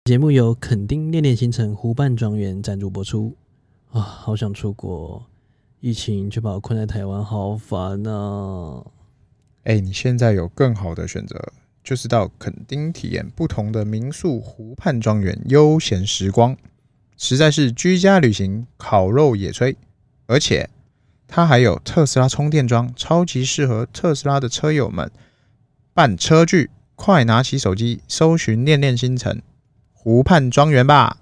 [SPEAKER 1] 节目由垦丁恋恋星城湖畔庄园赞助播出。啊，好想出国哦，疫情却把我困在台湾，好烦啊！
[SPEAKER 2] 哎、你现在有更好的选择，就是到垦丁体验不同的民宿、湖畔庄园悠闲时光，实在是居家旅行，烤肉野炊，而且它还有特斯拉充电桩，超级适合特斯拉的车友们办车聚。快拿起手机，搜寻“恋恋星辰”湖畔庄园吧。